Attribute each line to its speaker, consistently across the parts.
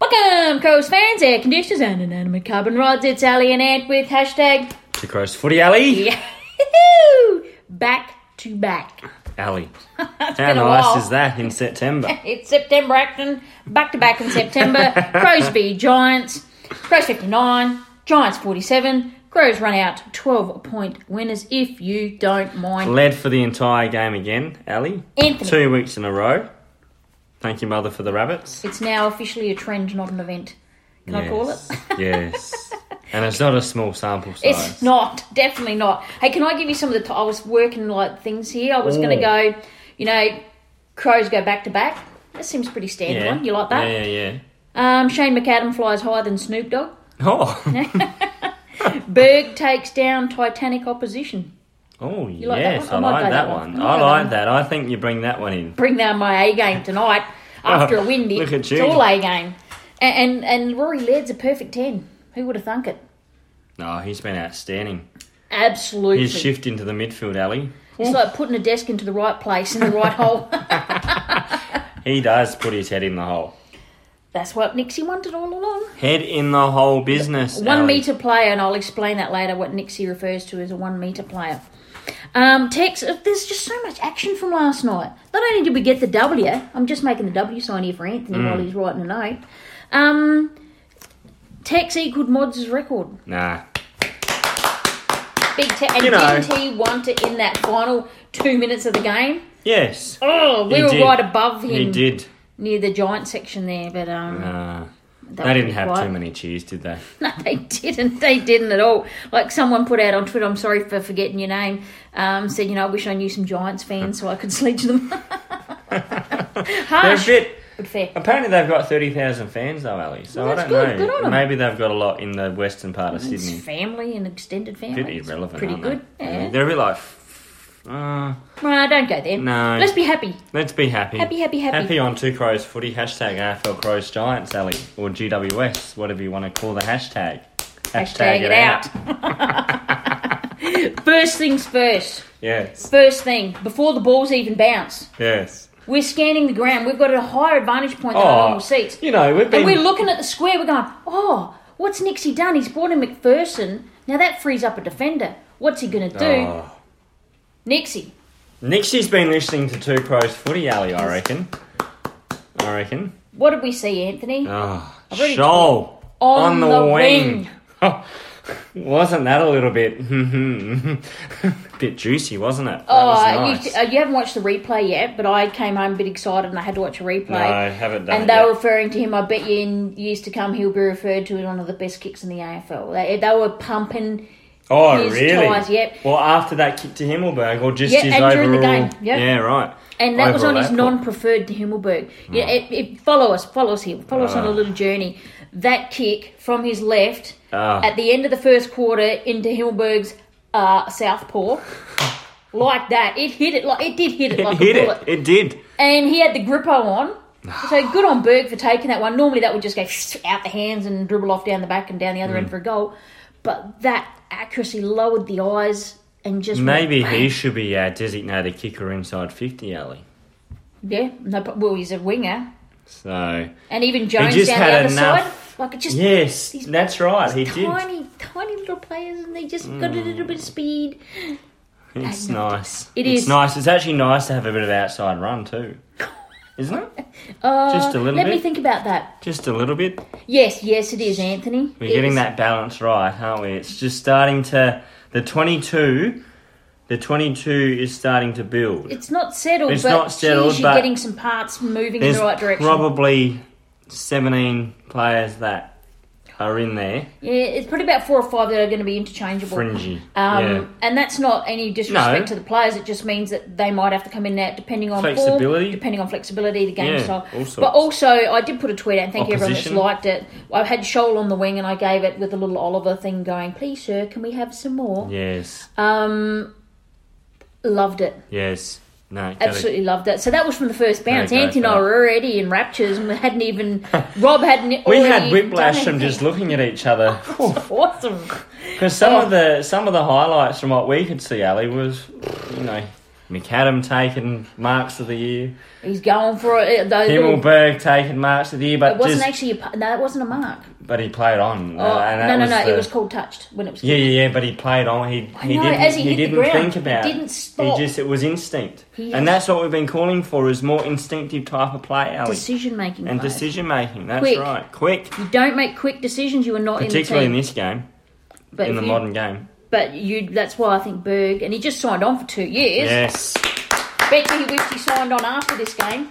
Speaker 1: Welcome, Crows fans, air conditioners, and inanimate carbon rods. It's Ali and Ant with hashtag
Speaker 2: The Crows Footy Alley.
Speaker 1: Yahoo! Back to back.
Speaker 2: Alley.
Speaker 1: That's
Speaker 2: How
Speaker 1: been a
Speaker 2: nice
Speaker 1: while.
Speaker 2: is that in September?
Speaker 1: It's September action, back to back in September. Crows v Giants, Crows 59, Giants 47. Crows run out 12 point winners if you don't mind.
Speaker 2: Led for the entire game again, Alley.
Speaker 1: Anthony,
Speaker 2: Two weeks in a row. Thank you, Mother, for the rabbits.
Speaker 1: it's now officially a trend, not an event. Can I call it?
Speaker 2: yes. And it's not a small sample size.
Speaker 1: It's not, definitely not. Hey, can I give you some of the? T- I was working like things here. I was going to
Speaker 2: Ooh.
Speaker 1: go, you know, crows go back to back. That seems pretty standard. One. You like that?
Speaker 2: Yeah, yeah, yeah.
Speaker 1: Um, Shane McAdam flies higher than Snoop Dogg.
Speaker 2: Oh,
Speaker 1: Berg takes down Titanic opposition.
Speaker 2: oh
Speaker 1: like that
Speaker 2: yes, I
Speaker 1: one? I might go
Speaker 2: like
Speaker 1: that
Speaker 2: that one.
Speaker 1: one. I might go
Speaker 2: I
Speaker 1: that
Speaker 2: like
Speaker 1: one.
Speaker 2: that. I think you bring that one in.
Speaker 1: Bring down my A game tonight after a windy.
Speaker 2: Look at
Speaker 1: it's
Speaker 2: you.
Speaker 1: all A game. And, and and Rory Laird's a perfect ten. Who would have thunk it?
Speaker 2: No, he's been outstanding.
Speaker 1: Absolutely.
Speaker 2: His shift into the midfield, Alley.
Speaker 1: It's like putting a desk into the right place in the right hole.
Speaker 2: He does put his head in the hole.
Speaker 1: That's what Nixie wanted all along.
Speaker 2: Head in the hole business.
Speaker 1: One
Speaker 2: Alley.
Speaker 1: meter player, and I'll explain that later what Nixie refers to as a one meter player. Um, Tex, there's just so much action from last night. Not only did we get the W, I'm just making the W sign here for Anthony while he's writing a note. Um, Tex equaled Mods' record.
Speaker 2: Nah.
Speaker 1: Big Te- and
Speaker 2: You know.
Speaker 1: didn't he want it in that final two minutes of the game?
Speaker 2: Yes.
Speaker 1: Oh, we
Speaker 2: He
Speaker 1: were
Speaker 2: did.
Speaker 1: right above
Speaker 2: He
Speaker 1: him
Speaker 2: did.
Speaker 1: near the giant section there, but um,
Speaker 2: Uh,
Speaker 1: that
Speaker 2: they
Speaker 1: was
Speaker 2: didn't
Speaker 1: a bit
Speaker 2: have
Speaker 1: quiet.
Speaker 2: too many cheers, did they?
Speaker 1: No, they didn't. They didn't at all. Like someone put out on Twitter, I'm sorry for forgetting your name, um, said, you know, I wish I knew some Giants fans so I could sledge them.
Speaker 2: They're
Speaker 1: Harsh,
Speaker 2: a bit.
Speaker 1: but fair.
Speaker 2: Apparently, they've got thirty thousand fans though, Ali. So
Speaker 1: Well,
Speaker 2: I
Speaker 1: that's
Speaker 2: don't
Speaker 1: good.
Speaker 2: know.
Speaker 1: Good on 'em.
Speaker 2: Maybe they've got a lot in the western part of
Speaker 1: It's
Speaker 2: Sydney.
Speaker 1: family and extended family.
Speaker 2: bit
Speaker 1: It's
Speaker 2: irrelevant.
Speaker 1: Pretty
Speaker 2: aren't
Speaker 1: good.
Speaker 2: They?
Speaker 1: Yeah.
Speaker 2: They're a bit like. Uh,
Speaker 1: Nah, don't go there.
Speaker 2: No.
Speaker 1: Let's be happy.
Speaker 2: let's be happy.
Speaker 1: Happy, happy, happy.
Speaker 2: Happy on Two Crows Footy hashtag AFL Crows Giants, Ali, or GWS, whatever you want to call the hashtag.
Speaker 1: Hashtag it out. first things first.
Speaker 2: Yes.
Speaker 1: First thing, before the balls even bounce,
Speaker 2: Yes.
Speaker 1: we're scanning the ground. We've got a higher advantage point than
Speaker 2: Oh.
Speaker 1: our normal seats.
Speaker 2: you know we've been.
Speaker 1: And we're looking at the square, we're going, oh, what's Nixie done? He's brought in McPherson. Now that frees up a defender. What's he going to do?
Speaker 2: Oh.
Speaker 1: Nixie.
Speaker 2: Nixie's been listening to Two Pros Footy Alley, I reckon. I reckon.
Speaker 1: What did we see, Anthony?
Speaker 2: Oh,
Speaker 1: already
Speaker 2: Shoal
Speaker 1: Ah, On the wing.
Speaker 2: wasn't that a little bit? bit juicy, wasn't it? That
Speaker 1: oh,
Speaker 2: was
Speaker 1: you, uh, you haven't watched the replay yet, but I came home a bit excited and I had to watch a replay.
Speaker 2: no, I haven't done
Speaker 1: and
Speaker 2: it.
Speaker 1: they
Speaker 2: yet.
Speaker 1: were referring to him. I bet you in years to come he'll be referred to as one of the best kicks in the AFL. They, they were pumping.
Speaker 2: oh,
Speaker 1: his
Speaker 2: really?
Speaker 1: ties, yep.
Speaker 2: Well, after that kick to Himmelberg, or just
Speaker 1: Yeah,
Speaker 2: his
Speaker 1: and
Speaker 2: overall.
Speaker 1: during the game, yep.
Speaker 2: Yeah, right.
Speaker 1: And that was on
Speaker 2: Overall
Speaker 1: his
Speaker 2: output.
Speaker 1: non-preferred to Himmelberg. Yeah, it, it, follow us, follow us here, follow us on a
Speaker 2: Hmm. Ah.
Speaker 1: little journey. That kick from his left
Speaker 2: Ah.
Speaker 1: at the end of the first quarter into Himmelberg's uh, southpaw, like that. It hit it like it did hit it,
Speaker 2: It
Speaker 1: like
Speaker 2: hit
Speaker 1: a bullet,
Speaker 2: it. It did.
Speaker 1: and he had the grippo on. So good on Berg for taking that one. Normally that would just go out the hands and dribble off down the back and down the
Speaker 2: Hmm.
Speaker 1: other end for a goal, but that accuracy lowered the eyes and just went
Speaker 2: Maybe
Speaker 1: bang.
Speaker 2: he should be our designated kicker inside fifty alley.
Speaker 1: yeah no but- well he's a winger.
Speaker 2: So
Speaker 1: And even Jones
Speaker 2: just
Speaker 1: down the
Speaker 2: had
Speaker 1: other
Speaker 2: enough-
Speaker 1: side. Like it just
Speaker 2: yes,
Speaker 1: These-
Speaker 2: that's right. He did. Hmm.
Speaker 1: tiny, tiny little players and they just got a little bit of speed.
Speaker 2: It's
Speaker 1: I loved
Speaker 2: nice.
Speaker 1: It
Speaker 2: it's
Speaker 1: is.
Speaker 2: nice. It's actually nice to have a bit of outside run too, isn't it?
Speaker 1: Uh,
Speaker 2: Just a little
Speaker 1: Let me
Speaker 2: bit.
Speaker 1: think about that.
Speaker 2: Just a little bit.
Speaker 1: Yes, yes, it is, Anthony.
Speaker 2: We're
Speaker 1: It
Speaker 2: getting
Speaker 1: is.
Speaker 2: that balance right, aren't we? It's just starting to the twenty-two. The twenty-two is starting to build.
Speaker 1: It's not settled,
Speaker 2: It's
Speaker 1: but
Speaker 2: not settled,
Speaker 1: geez, you're
Speaker 2: but
Speaker 1: getting some parts moving in
Speaker 2: There's
Speaker 1: the right direction.
Speaker 2: probably seventeen players that are in there.
Speaker 1: yeah, it's probably about four or five that are going to be interchangeable.
Speaker 2: Fringy.
Speaker 1: Um,
Speaker 2: yeah.
Speaker 1: And that's not any disrespect
Speaker 2: No.
Speaker 1: to the players. It just means that they might have to come in there depending on
Speaker 2: Flexibility.
Speaker 1: form, depending on flexibility, the game
Speaker 2: Yeah,
Speaker 1: style.
Speaker 2: all sorts.
Speaker 1: But also, I did put a tweet out. and Thank you everyone that's
Speaker 2: Opposition.
Speaker 1: liked it. I had Shoal on the wing, and I gave it with a little Oliver thing going. Please, sir, can we have some more?
Speaker 2: Yes.
Speaker 1: Um, loved it.
Speaker 2: yes. No. gotta-
Speaker 1: Absolutely loved it. So that was from the first bounce.
Speaker 2: Gotta go
Speaker 1: Anthony and
Speaker 2: for
Speaker 1: I
Speaker 2: that.
Speaker 1: were already in raptures, and we hadn't even Rob hadn't.
Speaker 2: We
Speaker 1: already
Speaker 2: had whiplash
Speaker 1: done
Speaker 2: from just
Speaker 1: anything.
Speaker 2: looking at each other.
Speaker 1: awesome. Oh.
Speaker 2: Because some of the some of the highlights from what we could see, Ali, was you know McAdam taking marks of the year.
Speaker 1: He's going for it. Those little-
Speaker 2: Himmelberg taking marks of the year,
Speaker 1: it
Speaker 2: but
Speaker 1: wasn't
Speaker 2: just
Speaker 1: actually a, pa- no, it wasn't a mark.
Speaker 2: but he played on. Uh,
Speaker 1: Oh, no, no, no.
Speaker 2: the-
Speaker 1: It was called touched when it was.
Speaker 2: yeah, yeah, yeah. But he played on. He he
Speaker 1: know,
Speaker 2: didn't
Speaker 1: as he
Speaker 2: he,
Speaker 1: hit the
Speaker 2: didn't
Speaker 1: ground,
Speaker 2: think
Speaker 1: he
Speaker 2: about.
Speaker 1: didn't
Speaker 2: it.
Speaker 1: stop.
Speaker 2: He just it was instinct,
Speaker 1: He
Speaker 2: and
Speaker 1: is-
Speaker 2: that's what we've been calling for is more instinctive type of play, Ali,
Speaker 1: Decision making
Speaker 2: and decision making. That's
Speaker 1: Quick.
Speaker 2: right, quick,
Speaker 1: You don't make quick decisions. You are not
Speaker 2: particularly
Speaker 1: in
Speaker 2: in
Speaker 1: the team.
Speaker 2: this game,
Speaker 1: but
Speaker 2: in
Speaker 1: if
Speaker 2: the
Speaker 1: you-
Speaker 2: modern game.
Speaker 1: But you. That's why I think Berg and he just signed on for two years.
Speaker 2: Yes,
Speaker 1: Bet you he wished he signed on after this game.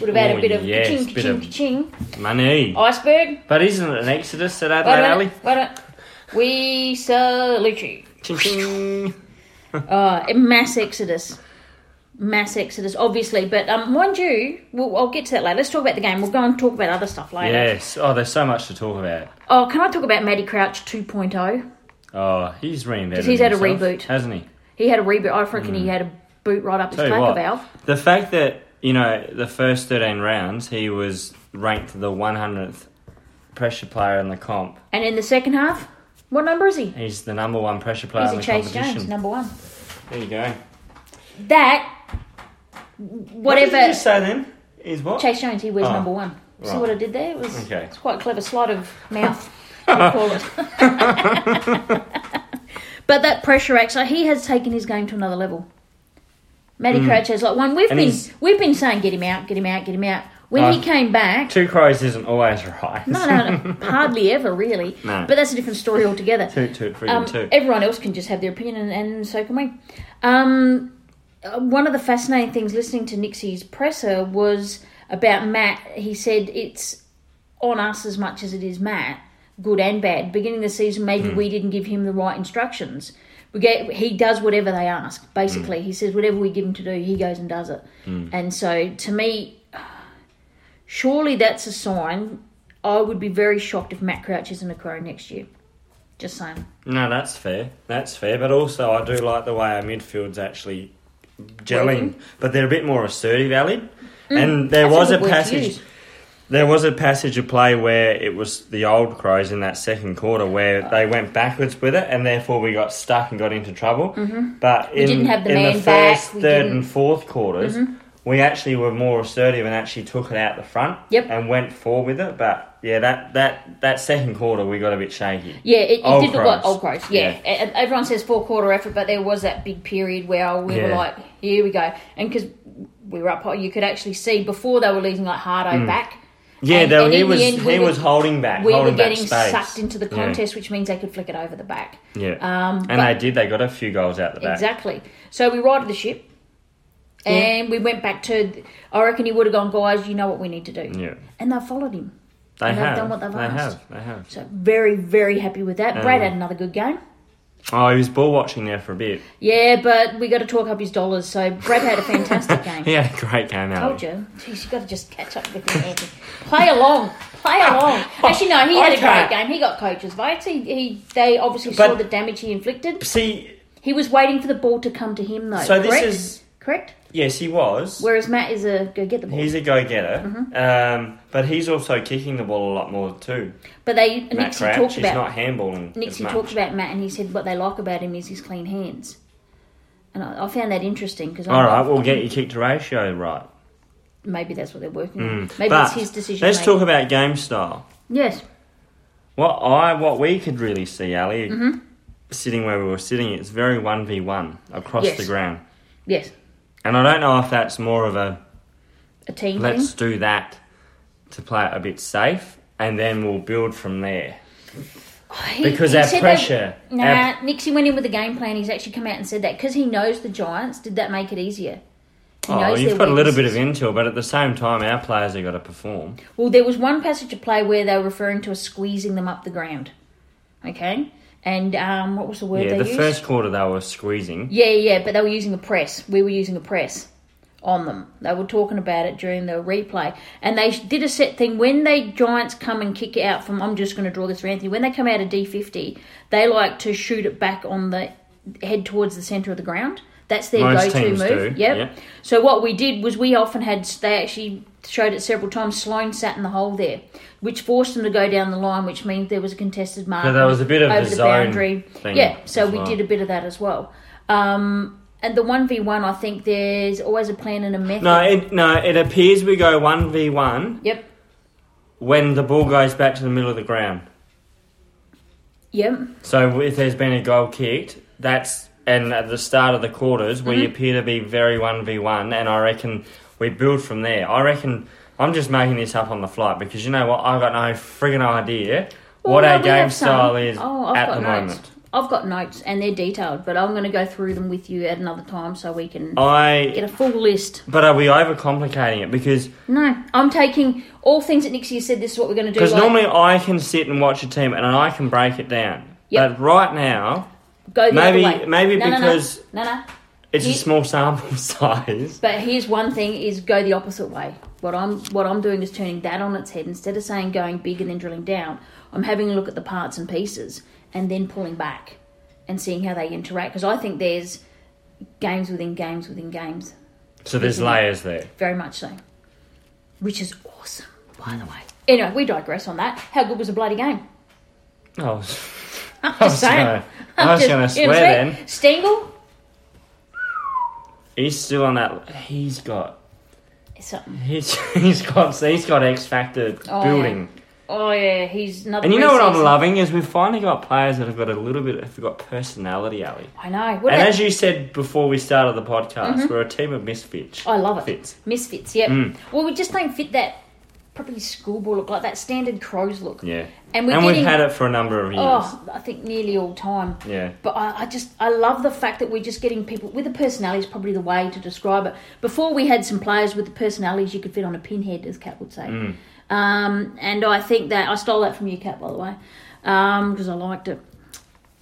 Speaker 1: Would have had
Speaker 2: Oh,
Speaker 1: a bit of
Speaker 2: yes,
Speaker 1: ka-ching,
Speaker 2: bit
Speaker 1: ka-ching,
Speaker 2: of-
Speaker 1: ka-ching.
Speaker 2: money.
Speaker 1: Iceberg.
Speaker 2: But isn't it an exodus at
Speaker 1: Wait a
Speaker 2: Adelaide
Speaker 1: minute,
Speaker 2: Alley?
Speaker 1: wait a minute. We salute you.
Speaker 2: Ching, ching.
Speaker 1: Uh, a mass exodus. Mass exodus, obviously. But um, mind you, we'll, I'll get to that later. Let's talk about the game. We'll go and talk about other stuff later.
Speaker 2: Yes. Oh, there's so much to talk about.
Speaker 1: Oh, can I talk about Matty Crouch 2.0?
Speaker 2: Oh, he's reinvented.
Speaker 1: he's had a
Speaker 2: himself,
Speaker 1: reboot.
Speaker 2: hasn't he?
Speaker 1: He had a reboot. I reckon he had a boot right up his
Speaker 2: Mm. Tell you
Speaker 1: tracker
Speaker 2: what,
Speaker 1: valve.
Speaker 2: the fact that you know the first thirteen rounds he was ranked the one hundredth pressure player in the comp.
Speaker 1: And in the second half, what number is he?
Speaker 2: He's the number one pressure player
Speaker 1: He's
Speaker 2: in
Speaker 1: a
Speaker 2: the
Speaker 1: Chase
Speaker 2: competition.
Speaker 1: Jones, number one.
Speaker 2: there you go.
Speaker 1: That,
Speaker 2: What did you
Speaker 1: whatever.
Speaker 2: just say then? Is what?
Speaker 1: Chase Jones, he was
Speaker 2: Oh,
Speaker 1: number one. See
Speaker 2: right.
Speaker 1: what I did there? It was
Speaker 2: Okay.
Speaker 1: it's quite a clever sleight of mouth, I call it. but that pressure actor, he has taken his game to another level. Matty Crouch has like one. We've
Speaker 2: Mm. And
Speaker 1: been
Speaker 2: he's-
Speaker 1: we've been saying get him out, get him out, get him out. When
Speaker 2: Oh.
Speaker 1: he came back,
Speaker 2: Two crows isn't always right.
Speaker 1: no, no, no, hardly ever really.
Speaker 2: No.
Speaker 1: But that's a different story altogether.
Speaker 2: Toot toot freaking
Speaker 1: Um,
Speaker 2: toot.
Speaker 1: everyone else can just have their opinion, and, and so can we. Um, uh, one of the fascinating things listening to Nixie's presser was about Matt. He said it's on us as much as it is Matt, good and bad. Beginning of the season, maybe we didn't give him the right instructions. We get, he does whatever they ask. Basically, he says whatever we give him to do, he goes and does it. And so, to me, surely that's a sign. I would be very shocked if Matt Crouch is a Macquarie next year. Just saying.
Speaker 2: No, that's fair. That's fair. But also, I do like the way our midfield's actually gelling. But they're a bit more assertive, Ali. and there
Speaker 1: Mm. that's
Speaker 2: was
Speaker 1: a
Speaker 2: a
Speaker 1: good word to
Speaker 2: passage.
Speaker 1: use.
Speaker 2: There was a passage of play where it was the old Crows in that second quarter where they went backwards with it, and therefore we got stuck and got into trouble. Mm-hmm. But in,
Speaker 1: didn't have the
Speaker 2: in
Speaker 1: man
Speaker 2: the
Speaker 1: back,
Speaker 2: first,
Speaker 1: we
Speaker 2: third,
Speaker 1: didn't- Mm-hmm.
Speaker 2: and fourth quarters, we actually were more assertive and actually took it out the front
Speaker 1: Yep.
Speaker 2: and went forward with it. But yeah, that, that, that second quarter we got a bit shaky.
Speaker 1: Yeah, it, it
Speaker 2: Old
Speaker 1: did look like
Speaker 2: Crows.
Speaker 1: old crows. Yeah. E- e- everyone says four quarter effort, but there was that big period where we were
Speaker 2: Yeah.
Speaker 1: like, here we go, and because we were up high, you could actually see before they were leading like Hardo
Speaker 2: Mm.
Speaker 1: back.
Speaker 2: Yeah,
Speaker 1: And-
Speaker 2: though
Speaker 1: and
Speaker 2: he
Speaker 1: in the
Speaker 2: was
Speaker 1: end, we
Speaker 2: he
Speaker 1: were-
Speaker 2: was holding back.
Speaker 1: We were
Speaker 2: holding
Speaker 1: getting
Speaker 2: back space.
Speaker 1: sucked into the
Speaker 2: Yeah.
Speaker 1: contest, which means they could flick it over the back.
Speaker 2: Yeah,
Speaker 1: Um,
Speaker 2: and
Speaker 1: but-
Speaker 2: they did. They got a few goals out the back.
Speaker 1: Exactly. So we righted the ship, and we went back to. I reckon he would have gone, guys. You know what we need to do.
Speaker 2: Yeah,
Speaker 1: And they followed him.
Speaker 2: they
Speaker 1: And they've
Speaker 2: have.
Speaker 1: done what they've
Speaker 2: they
Speaker 1: asked.
Speaker 2: have. They have.
Speaker 1: So very, very happy with that. Brad
Speaker 2: Um,
Speaker 1: had another good game.
Speaker 2: Oh, he was ball watching there for a bit.
Speaker 1: Yeah, but we got to talk up his dollars. So Brad had a fantastic game.
Speaker 2: He had a great game out.
Speaker 1: Told you. Oh, Jeez, you got to just catch up with him. Anthony. Play along. Play along. Actually, no, he had a
Speaker 2: Oh, Okay.
Speaker 1: great game. He got coaches' votes. He, he, they obviously saw
Speaker 2: But-
Speaker 1: the damage he inflicted.
Speaker 2: See,
Speaker 1: He was waiting for the ball to come to him, though.
Speaker 2: So this
Speaker 1: correct?
Speaker 2: is-
Speaker 1: correct.
Speaker 2: yes, he was.
Speaker 1: Whereas Matt is a go get the ball,
Speaker 2: He's a go-getter,
Speaker 1: Mm-hmm.
Speaker 2: um, but he's also kicking the ball a lot more too.
Speaker 1: but they
Speaker 2: Matt
Speaker 1: Nixie
Speaker 2: Crouch,
Speaker 1: talked
Speaker 2: he's
Speaker 1: about
Speaker 2: not handballing as
Speaker 1: Nixie
Speaker 2: much.
Speaker 1: talked about Matt, and he said what they like about him is his clean hands, and I, I found that interesting because
Speaker 2: All right, we'll get your kick to ratio right.
Speaker 1: maybe that's what they're working on. Maybe
Speaker 2: Hmm. but
Speaker 1: it's his decision.
Speaker 2: Let's
Speaker 1: making.
Speaker 2: talk about game style.
Speaker 1: Yes,
Speaker 2: What I what we could really see, Ali,
Speaker 1: Mm-hmm.
Speaker 2: sitting where we were sitting, it's very one v one across
Speaker 1: Yes.
Speaker 2: the ground,
Speaker 1: yes,
Speaker 2: and I don't know if that's more of a
Speaker 1: a team thing.
Speaker 2: let's do that to play it a bit safe, and then we'll build from there
Speaker 1: He-
Speaker 2: because
Speaker 1: he
Speaker 2: our
Speaker 1: said
Speaker 2: pressure.
Speaker 1: That, nah,
Speaker 2: our-
Speaker 1: Nixie went in with a game plan. He's actually come out and said that because he knows the Giants. Did that make it easier? He
Speaker 2: Oh,
Speaker 1: knows
Speaker 2: you've
Speaker 1: their
Speaker 2: got a little bit
Speaker 1: weaknesses.
Speaker 2: of intel, but at the same time, our players have got to perform.
Speaker 1: Well, there was one passage of play where they were referring to us squeezing them up the ground. Okay, and um, what was the word
Speaker 2: Yeah,
Speaker 1: they
Speaker 2: the
Speaker 1: used?
Speaker 2: first quarter they were squeezing.
Speaker 1: Yeah, yeah, but they were using a press. We were using a press on them. They were talking about it during the replay, and they did a set thing when they Giants come and kick it out from. I'm just going to draw this for Anthony. When they come out of D50, they like to shoot it back on the head towards the centre of the ground. That's their
Speaker 2: Most
Speaker 1: go-to
Speaker 2: teams
Speaker 1: move.
Speaker 2: do,
Speaker 1: Yep.
Speaker 2: yeah.
Speaker 1: So what we did was we often had they actually showed it several times. Sloan sat in the hole there, which forced them to go down the line, which means there was a contested mark.
Speaker 2: there was a bit of
Speaker 1: over
Speaker 2: the
Speaker 1: the
Speaker 2: zone
Speaker 1: boundary.
Speaker 2: thing
Speaker 1: yeah. So
Speaker 2: as
Speaker 1: we
Speaker 2: well.
Speaker 1: did a bit of that as well. Um, and the one v one, I think there's always a plan and a method.
Speaker 2: No, it no, it appears we go one v one
Speaker 1: Yep.
Speaker 2: when the ball goes back to the middle of the ground.
Speaker 1: Yep.
Speaker 2: So if there's been a goal kicked, that's and at the start of the quarters we
Speaker 1: Mm-hmm.
Speaker 2: appear to be very one v one, and I reckon we build from there. I reckon I'm just making this up on the flight because you know what? I've got no friggin' idea what
Speaker 1: Well,
Speaker 2: our
Speaker 1: no, we
Speaker 2: game
Speaker 1: have some.
Speaker 2: style is
Speaker 1: Oh, I've
Speaker 2: at
Speaker 1: got
Speaker 2: the
Speaker 1: notes.
Speaker 2: moment.
Speaker 1: I've got notes and they're detailed, but I'm going to go through them with you at another time so we can
Speaker 2: I
Speaker 1: get a full list.
Speaker 2: but are we overcomplicating it because
Speaker 1: No, I'm taking all things that Nixie has said. This is what we're going to do.
Speaker 2: because
Speaker 1: like,
Speaker 2: normally I can sit and watch a team and I can break it down,
Speaker 1: Yep.
Speaker 2: but right now
Speaker 1: go the
Speaker 2: maybe-
Speaker 1: other way.
Speaker 2: maybe
Speaker 1: No, no, no.
Speaker 2: because-
Speaker 1: no, no.
Speaker 2: it's a
Speaker 1: Ye-
Speaker 2: small sample size.
Speaker 1: But here's one thing: is go the opposite way. What I'm what I'm doing is turning that on its head. Instead of saying going big and then drilling down, I'm having a look at the parts and pieces and then pulling back and seeing how they interact. Because I think there's games within games within games,
Speaker 2: So
Speaker 1: Mm-hmm.
Speaker 2: there's layers there.
Speaker 1: very much so, which is awesome, by the way. Anyway, we digress on that. How good was the bloody game?
Speaker 2: Oh,
Speaker 1: I'm
Speaker 2: I
Speaker 1: just
Speaker 2: was
Speaker 1: saying.
Speaker 2: gonna- I was
Speaker 1: Just-
Speaker 2: going to
Speaker 1: you know
Speaker 2: swear
Speaker 1: what I'm
Speaker 2: then.
Speaker 1: saying? Stengel,
Speaker 2: He's still on that. He's got.
Speaker 1: something.
Speaker 2: He's he's got. He's got X Factor
Speaker 1: Oh,
Speaker 2: building.
Speaker 1: Oh yeah, he's another.
Speaker 2: And you know what I'm
Speaker 1: preseason.
Speaker 2: loving is we've finally got players that have got a little bit. Have got personality, Ali.
Speaker 1: I know. What
Speaker 2: And
Speaker 1: about-
Speaker 2: as you said before we started the podcast,
Speaker 1: Mm-hmm.
Speaker 2: we're a team of misfits.
Speaker 1: I love it.
Speaker 2: Fits.
Speaker 1: Misfits, yep.
Speaker 2: Mm.
Speaker 1: Well, we just don't fit that probably schoolboy look, like that standard crows look.
Speaker 2: Yeah.
Speaker 1: And
Speaker 2: And,
Speaker 1: we're
Speaker 2: we've
Speaker 1: getting-
Speaker 2: had it for a number of years.
Speaker 1: Oh, I think nearly all time.
Speaker 2: Yeah.
Speaker 1: But I, I just I love the fact that we're just getting people with a personality is probably the way to describe it. Before we had some players with the personalities you could fit on a pinhead, as Cat would say.
Speaker 2: Mm.
Speaker 1: Um, and I think that I stole that from you, Cat, by the way, because I liked it.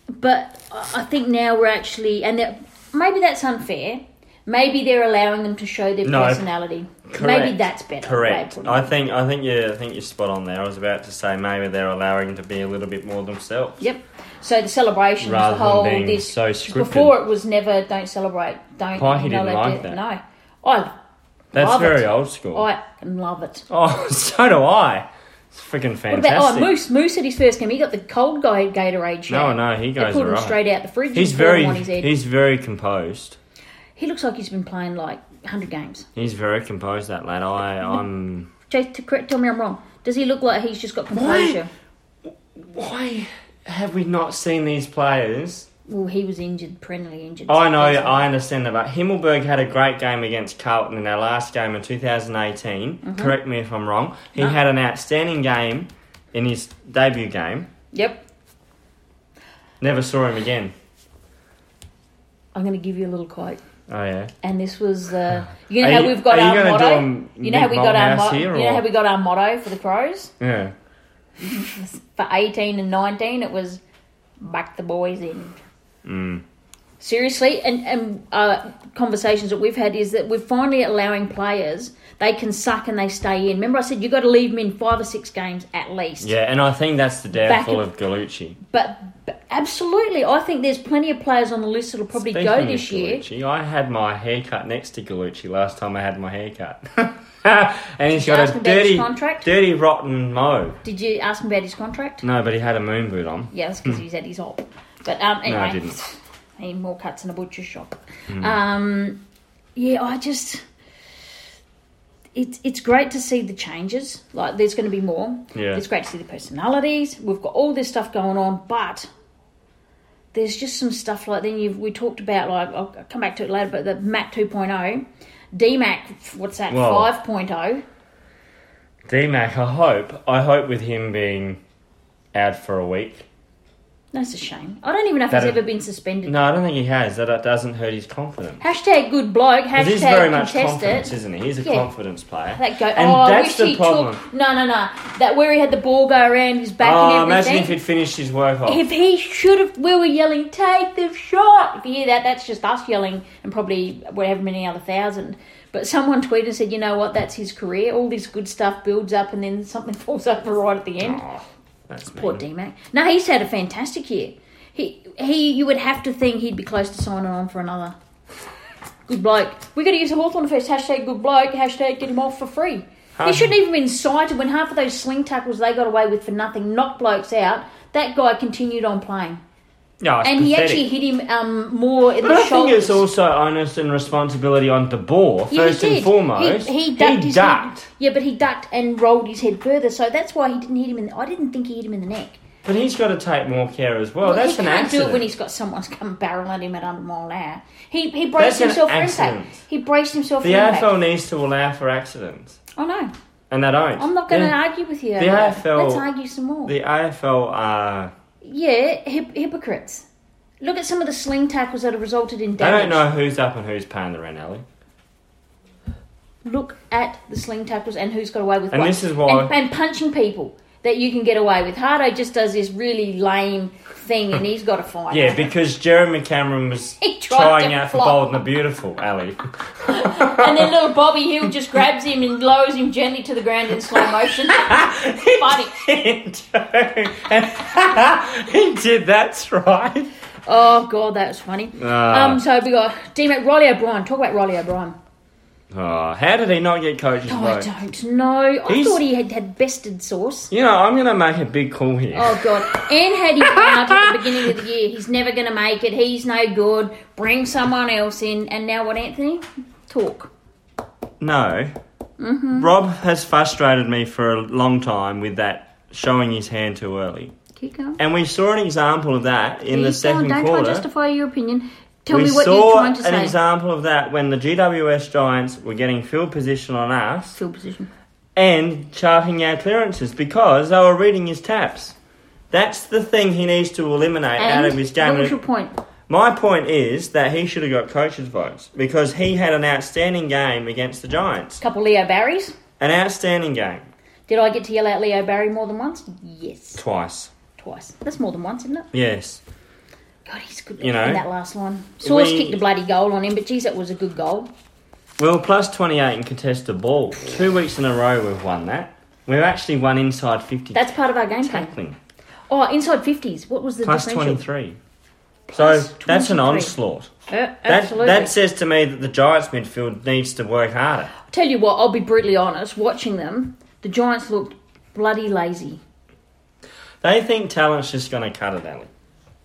Speaker 1: But I I think now we're actually and that- maybe that's unfair. Maybe they're allowing them to show their
Speaker 2: No.
Speaker 1: personality. Maybe
Speaker 2: Correct.
Speaker 1: that's better.
Speaker 2: Correct.
Speaker 1: way of putting
Speaker 2: I
Speaker 1: it.
Speaker 2: think. I think. Yeah. I think you're spot on there. I was about to say maybe they're allowing to be a little bit more themselves.
Speaker 1: Yep. So the celebration, the
Speaker 2: Rather than
Speaker 1: whole
Speaker 2: being
Speaker 1: this
Speaker 2: so scripted.
Speaker 1: before it was never don't celebrate, don't.
Speaker 2: Pikey didn't
Speaker 1: acknowledge
Speaker 2: like
Speaker 1: it.
Speaker 2: that.
Speaker 1: No, I
Speaker 2: That's
Speaker 1: Love
Speaker 2: very
Speaker 1: it. Oh,
Speaker 2: old school.
Speaker 1: I love it.
Speaker 2: Oh, so do I. It's freaking
Speaker 1: What about oh
Speaker 2: fantastic.
Speaker 1: Moose? Moose at his first game, he got the cold guy Gatorade.
Speaker 2: No,
Speaker 1: shot.
Speaker 2: no, he
Speaker 1: They
Speaker 2: goes
Speaker 1: pulled him
Speaker 2: alright.
Speaker 1: straight out the fridge. and
Speaker 2: He's
Speaker 1: poured
Speaker 2: very,
Speaker 1: him on his head.
Speaker 2: he's very composed.
Speaker 1: He looks like he's been playing like hundred games.
Speaker 2: He's very composed. That lad. I, I'm.
Speaker 1: Jay, to correct, tell me I'm wrong. Does he look like he's just got composure?
Speaker 2: Why have we not seen these players? Oh,
Speaker 1: Well, he was injured, perennially injured.
Speaker 2: I know, I understand that, but Himmelberg had a great game against Carlton in their last game in 2018.
Speaker 1: Mm-hmm.
Speaker 2: Correct me if I'm wrong. He
Speaker 1: No.
Speaker 2: had an outstanding game in his debut game.
Speaker 1: Yep.
Speaker 2: Never saw him again.
Speaker 1: I'm going to give you a little quote.
Speaker 2: Oh yeah.
Speaker 1: and this was uh, you know
Speaker 2: Are
Speaker 1: how
Speaker 2: you-
Speaker 1: we've got
Speaker 2: are you
Speaker 1: our
Speaker 2: gonna do
Speaker 1: motto.
Speaker 2: them
Speaker 1: You know how we got our
Speaker 2: mid-Malthouse
Speaker 1: motto.
Speaker 2: here,
Speaker 1: You know how
Speaker 2: or-
Speaker 1: we got our motto for the crows
Speaker 2: Yeah.
Speaker 1: for eighteen and nineteen. It was back the boys in. Mm. Seriously, and and uh, conversations that we've had is that we're finally allowing players they can suck and they stay in. Remember, I said you got to leave them in five or six games at least.
Speaker 2: Yeah, and I think that's the
Speaker 1: in-
Speaker 2: downfall of Gallucci.
Speaker 1: But, but absolutely, I think there's plenty of players on the list that'll probably
Speaker 2: Speaking
Speaker 1: go
Speaker 2: of
Speaker 1: this year.
Speaker 2: Gallucci, I had my haircut next to Gallucci last time I had my haircut. and he's got
Speaker 1: ask
Speaker 2: a
Speaker 1: him about his
Speaker 2: dirty,
Speaker 1: contract?
Speaker 2: dirty, rotten mo.
Speaker 1: Did you ask him about his contract?
Speaker 2: No, but he had a moon boot on.
Speaker 1: Yeah, that's because he's at his op. But um, anyway,
Speaker 2: Hmm. I didn't. Hmm.
Speaker 1: I need more cuts in a butcher shop. Um, yeah, I just it's it's great to see the changes. Like, there's going to be more.
Speaker 2: Yeah.
Speaker 1: it's great to see the personalities. We've got all this stuff going on, but there's just some stuff like then you've we talked about like I'll come back to it later, but the Mac 2.0, DMAC, what's that oh?
Speaker 2: Well-
Speaker 1: 5.0?
Speaker 2: D-Mac, I hope. I hope with him being out for a week.
Speaker 1: That's a shame. I don't even know if
Speaker 2: That-
Speaker 1: he's ever been suspended.
Speaker 2: No, I don't think he has. That doesn't hurt his confidence.
Speaker 1: Hashtag good bloke.
Speaker 2: 'Cause
Speaker 1: Hashtag
Speaker 2: He's very much
Speaker 1: contest
Speaker 2: confidence,
Speaker 1: it.
Speaker 2: is isn't he? He's a
Speaker 1: Yeah.
Speaker 2: confidence player.
Speaker 1: That go.
Speaker 2: and
Speaker 1: oh,
Speaker 2: that's
Speaker 1: I wish
Speaker 2: the
Speaker 1: he
Speaker 2: problem.
Speaker 1: took. No, no, no. That where he had the ball go around his back
Speaker 2: oh,
Speaker 1: and
Speaker 2: imagine if
Speaker 1: everything.
Speaker 2: he'd finished his work off.
Speaker 1: If he should have, we were yelling, "Take the shot!" If you hear that, that's just us yelling, and probably whatever many other thousand. But someone tweeted and said, "You know what? That's his career. All this good stuff builds up, and then something falls over right at the end."
Speaker 2: Oh, that's mean.
Speaker 1: Poor DMAC. No, he's had a fantastic year. He, he, you would have to think he'd be close to signing on for another. Good bloke. We got to use the Hawthorne Fest hashtag good bloke hashtag get him off for free.
Speaker 2: Huh.
Speaker 1: He shouldn't even been cited when half of those sling tackles they got away with for nothing knocked blokes out. That guy continued on playing.
Speaker 2: No, it's
Speaker 1: and he
Speaker 2: pathetic.
Speaker 1: actually hit him um, more in
Speaker 2: But
Speaker 1: the
Speaker 2: I think
Speaker 1: shoulders.
Speaker 2: it's also onus and responsibility on De Boer,
Speaker 1: Yeah, he
Speaker 2: first and
Speaker 1: did.
Speaker 2: foremost.
Speaker 1: He, he ducked. his head-
Speaker 2: ducked.
Speaker 1: Yeah, but he ducked and rolled his head further, so that's why he didn't hit him in. The, I didn't think he hit him in the neck.
Speaker 2: But he's got to take more care as well.
Speaker 1: Well,
Speaker 2: Oh, That's
Speaker 1: he
Speaker 2: an
Speaker 1: can't
Speaker 2: accident.
Speaker 1: do it when he's got someone's come barreling at him at 100 mile an hour. He he braced
Speaker 2: That's an
Speaker 1: himself for
Speaker 2: accident.
Speaker 1: impact. He braced himself
Speaker 2: the
Speaker 1: for impact.
Speaker 2: AFL needs to allow for accidents,
Speaker 1: I know.
Speaker 2: and they don't.
Speaker 1: I'm not going to
Speaker 2: The-
Speaker 1: argue with you.
Speaker 2: the
Speaker 1: over that.
Speaker 2: AFL
Speaker 1: Let's argue some more.
Speaker 2: The AFL are.
Speaker 1: yeah, hip, hypocrites. Look at some of the sling tackles that have resulted in
Speaker 2: They
Speaker 1: damage.
Speaker 2: don't know who's up and who's paying the rent, Ellie.
Speaker 1: Look at the sling tackles and who's got away with
Speaker 2: And
Speaker 1: what.
Speaker 2: this is why-
Speaker 1: And, and punching people that you can get away with. Hardo just does this really lame thing and he's got a fine.
Speaker 2: Yeah, because Jeremy Cameron was
Speaker 1: He tried
Speaker 2: trying
Speaker 1: to
Speaker 2: out for
Speaker 1: flop.
Speaker 2: Bold and the Beautiful, Ellie.
Speaker 1: And then little Bobby Hill just grabs him and lowers him gently to the ground in slow motion. Funny.
Speaker 2: he did, that's right.
Speaker 1: Oh god, that was funny.
Speaker 2: Ah.
Speaker 1: Um, so we got D Mac Riley O'Brien. Talk about Riley O'Brien.
Speaker 2: Oh, how did he not get coaches'
Speaker 1: Oh,
Speaker 2: vote?
Speaker 1: I don't know. I
Speaker 2: He's-
Speaker 1: thought he had had bested sauce.
Speaker 2: You know, I'm going to make a big call here.
Speaker 1: Oh god, and had him out at the beginning of the year. He's never going to make it. He's no good. Bring someone else in. And now what, Anthony? Talk.
Speaker 2: No.
Speaker 1: Mm-hmm.
Speaker 2: Rob has frustrated me for a long time with that showing his hand too early.
Speaker 1: Keep going.
Speaker 2: And we saw an example of that in the
Speaker 1: Keep going.
Speaker 2: second
Speaker 1: Don't
Speaker 2: quarter.
Speaker 1: try to justify your opinion. Tell
Speaker 2: we
Speaker 1: me what
Speaker 2: saw
Speaker 1: you're trying to
Speaker 2: an
Speaker 1: say.
Speaker 2: example of that when the GWS Giants were getting field position on us
Speaker 1: Field position.
Speaker 2: and charting our clearances because they were reading his taps. That's the thing he needs to eliminate out
Speaker 1: And
Speaker 2: of his game.
Speaker 1: What was your point?
Speaker 2: My point is that he should have got coaches' votes because he had an outstanding game against the Giants.
Speaker 1: Couple Leo Barrys.
Speaker 2: An outstanding game.
Speaker 1: Did I get to yell out Leo Barry more than once? Yes,
Speaker 2: Twice.
Speaker 1: twice. That's more than once, isn't it?
Speaker 2: Yes.
Speaker 1: God, he's good.
Speaker 2: You know.
Speaker 1: in that last one. Source
Speaker 2: We-
Speaker 1: kicked a bloody goal on him, but geez, that was a good goal.
Speaker 2: We were plus 28 in contested ball. Two weeks in a row we've won that. We've actually won inside 50
Speaker 1: That's part of our game plan.
Speaker 2: tackling.
Speaker 1: Oh, inside fifties. What was the
Speaker 2: Plus
Speaker 1: differential?
Speaker 2: 23.
Speaker 1: Plus
Speaker 2: so that's an
Speaker 1: 23.
Speaker 2: onslaught.
Speaker 1: Uh,
Speaker 2: That,
Speaker 1: absolutely.
Speaker 2: that says to me that the Giants midfield needs to work harder.
Speaker 1: Tell you what, I'll be brutally honest. Watching them, the Giants looked bloody lazy.
Speaker 2: They think talent's just going to cut it, Ellie.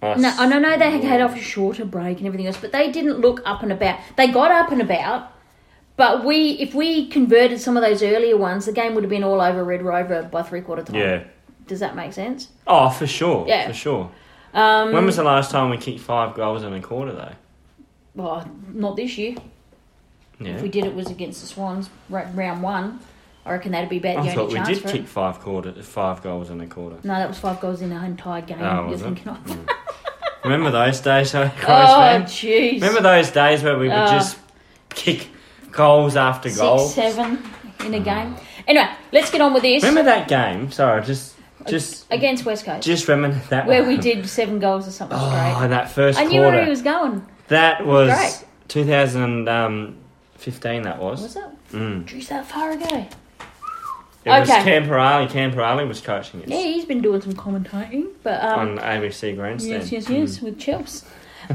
Speaker 1: No, I know, no, they had had off a shorter break and everything else, but they didn't look up and about. They got up and about, but we, if we converted some of those earlier ones, the game would have been all over Red Rover by three quarter time.
Speaker 2: Yeah.
Speaker 1: Does that make sense?
Speaker 2: Oh, for sure.
Speaker 1: Yeah.
Speaker 2: For sure.
Speaker 1: Um,
Speaker 2: When was the last time we kicked five goals in a quarter, though?
Speaker 1: well, not this year. If
Speaker 2: Yeah.
Speaker 1: we did, it was against the Swans ra- round one. I reckon that'd be about
Speaker 2: I
Speaker 1: the
Speaker 2: thought
Speaker 1: only
Speaker 2: we
Speaker 1: chance
Speaker 2: did
Speaker 1: for
Speaker 2: kick
Speaker 1: it.
Speaker 2: five quarter, five goals in a quarter.
Speaker 1: No, that was five goals in an entire game.
Speaker 2: Oh,
Speaker 1: You're
Speaker 2: was it?
Speaker 1: thinking, of-
Speaker 2: Remember those days, Ellie?
Speaker 1: oh,
Speaker 2: Grossman?
Speaker 1: jeez.
Speaker 2: Remember those days where we would
Speaker 1: Oh.
Speaker 2: just kick goals after
Speaker 1: six,
Speaker 2: goals? Mm.
Speaker 1: seven in a game. Anyway, let's get on with this
Speaker 2: Remember that game? Sorry, just just
Speaker 1: against West Coast,
Speaker 2: just reminisce that
Speaker 1: where
Speaker 2: one.
Speaker 1: we did seven goals or something
Speaker 2: Oh,
Speaker 1: straight.
Speaker 2: that first
Speaker 1: I knew
Speaker 2: quarter.
Speaker 1: where he was going.
Speaker 2: that was
Speaker 1: great.
Speaker 2: 2015. That was.
Speaker 1: Was it?
Speaker 2: Mm.
Speaker 1: Jeez, that far ago.
Speaker 2: It was
Speaker 1: Okay.
Speaker 2: Camperali. Camperali was coaching us
Speaker 1: Yeah, he's been doing some commentating, but um,
Speaker 2: on ABC Grandstand.
Speaker 1: Yes, yes, yes,
Speaker 2: Mm.
Speaker 1: with Chelsea.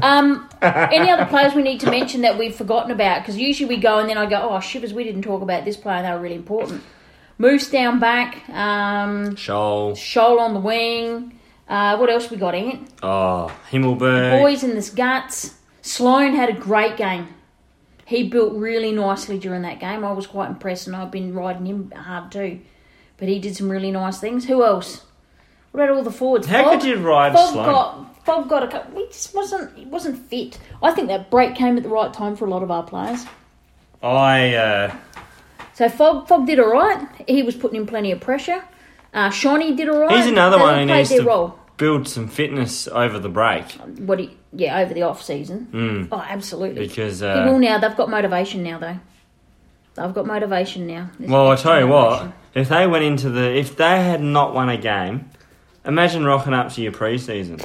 Speaker 1: Um, any other players we need to mention that we've forgotten about? Because usually we go and then I go, oh, shivers, we didn't talk about this player. They were really important. Moose down back, um,
Speaker 2: Shoal.
Speaker 1: Shoal on the wing. Uh, what else we got, Ant?
Speaker 2: Oh, Himmelberg.
Speaker 1: Boys in this guts. Sloan had a great game. He built really nicely during that game. I was quite impressed, and I've been riding him hard too. But he did some really nice things. Who else? What about all the forwards?
Speaker 2: How
Speaker 1: Fogg-
Speaker 2: could you ride
Speaker 1: Bob
Speaker 2: Sloan?
Speaker 1: got Bob got a couple. He just wasn't he wasn't fit. I think that break came at the right time for a lot of our players.
Speaker 2: I. Uh,
Speaker 1: So Fob Fob did all right. He was putting in plenty of pressure. Uh, Shawnee did all right.
Speaker 2: he's another
Speaker 1: They all
Speaker 2: one who
Speaker 1: played
Speaker 2: needs
Speaker 1: their
Speaker 2: to
Speaker 1: role.
Speaker 2: build some fitness over the break
Speaker 1: What? He, yeah, over the off season. Mm. Oh, absolutely.
Speaker 2: because.
Speaker 1: he will
Speaker 2: Hmm. Uh,
Speaker 1: now. They've got motivation now, though. They've got motivation now. There's
Speaker 2: well, I tell you what.
Speaker 1: motivation.
Speaker 2: If they went into the, if they had not won a game, imagine rocking up to your preseason.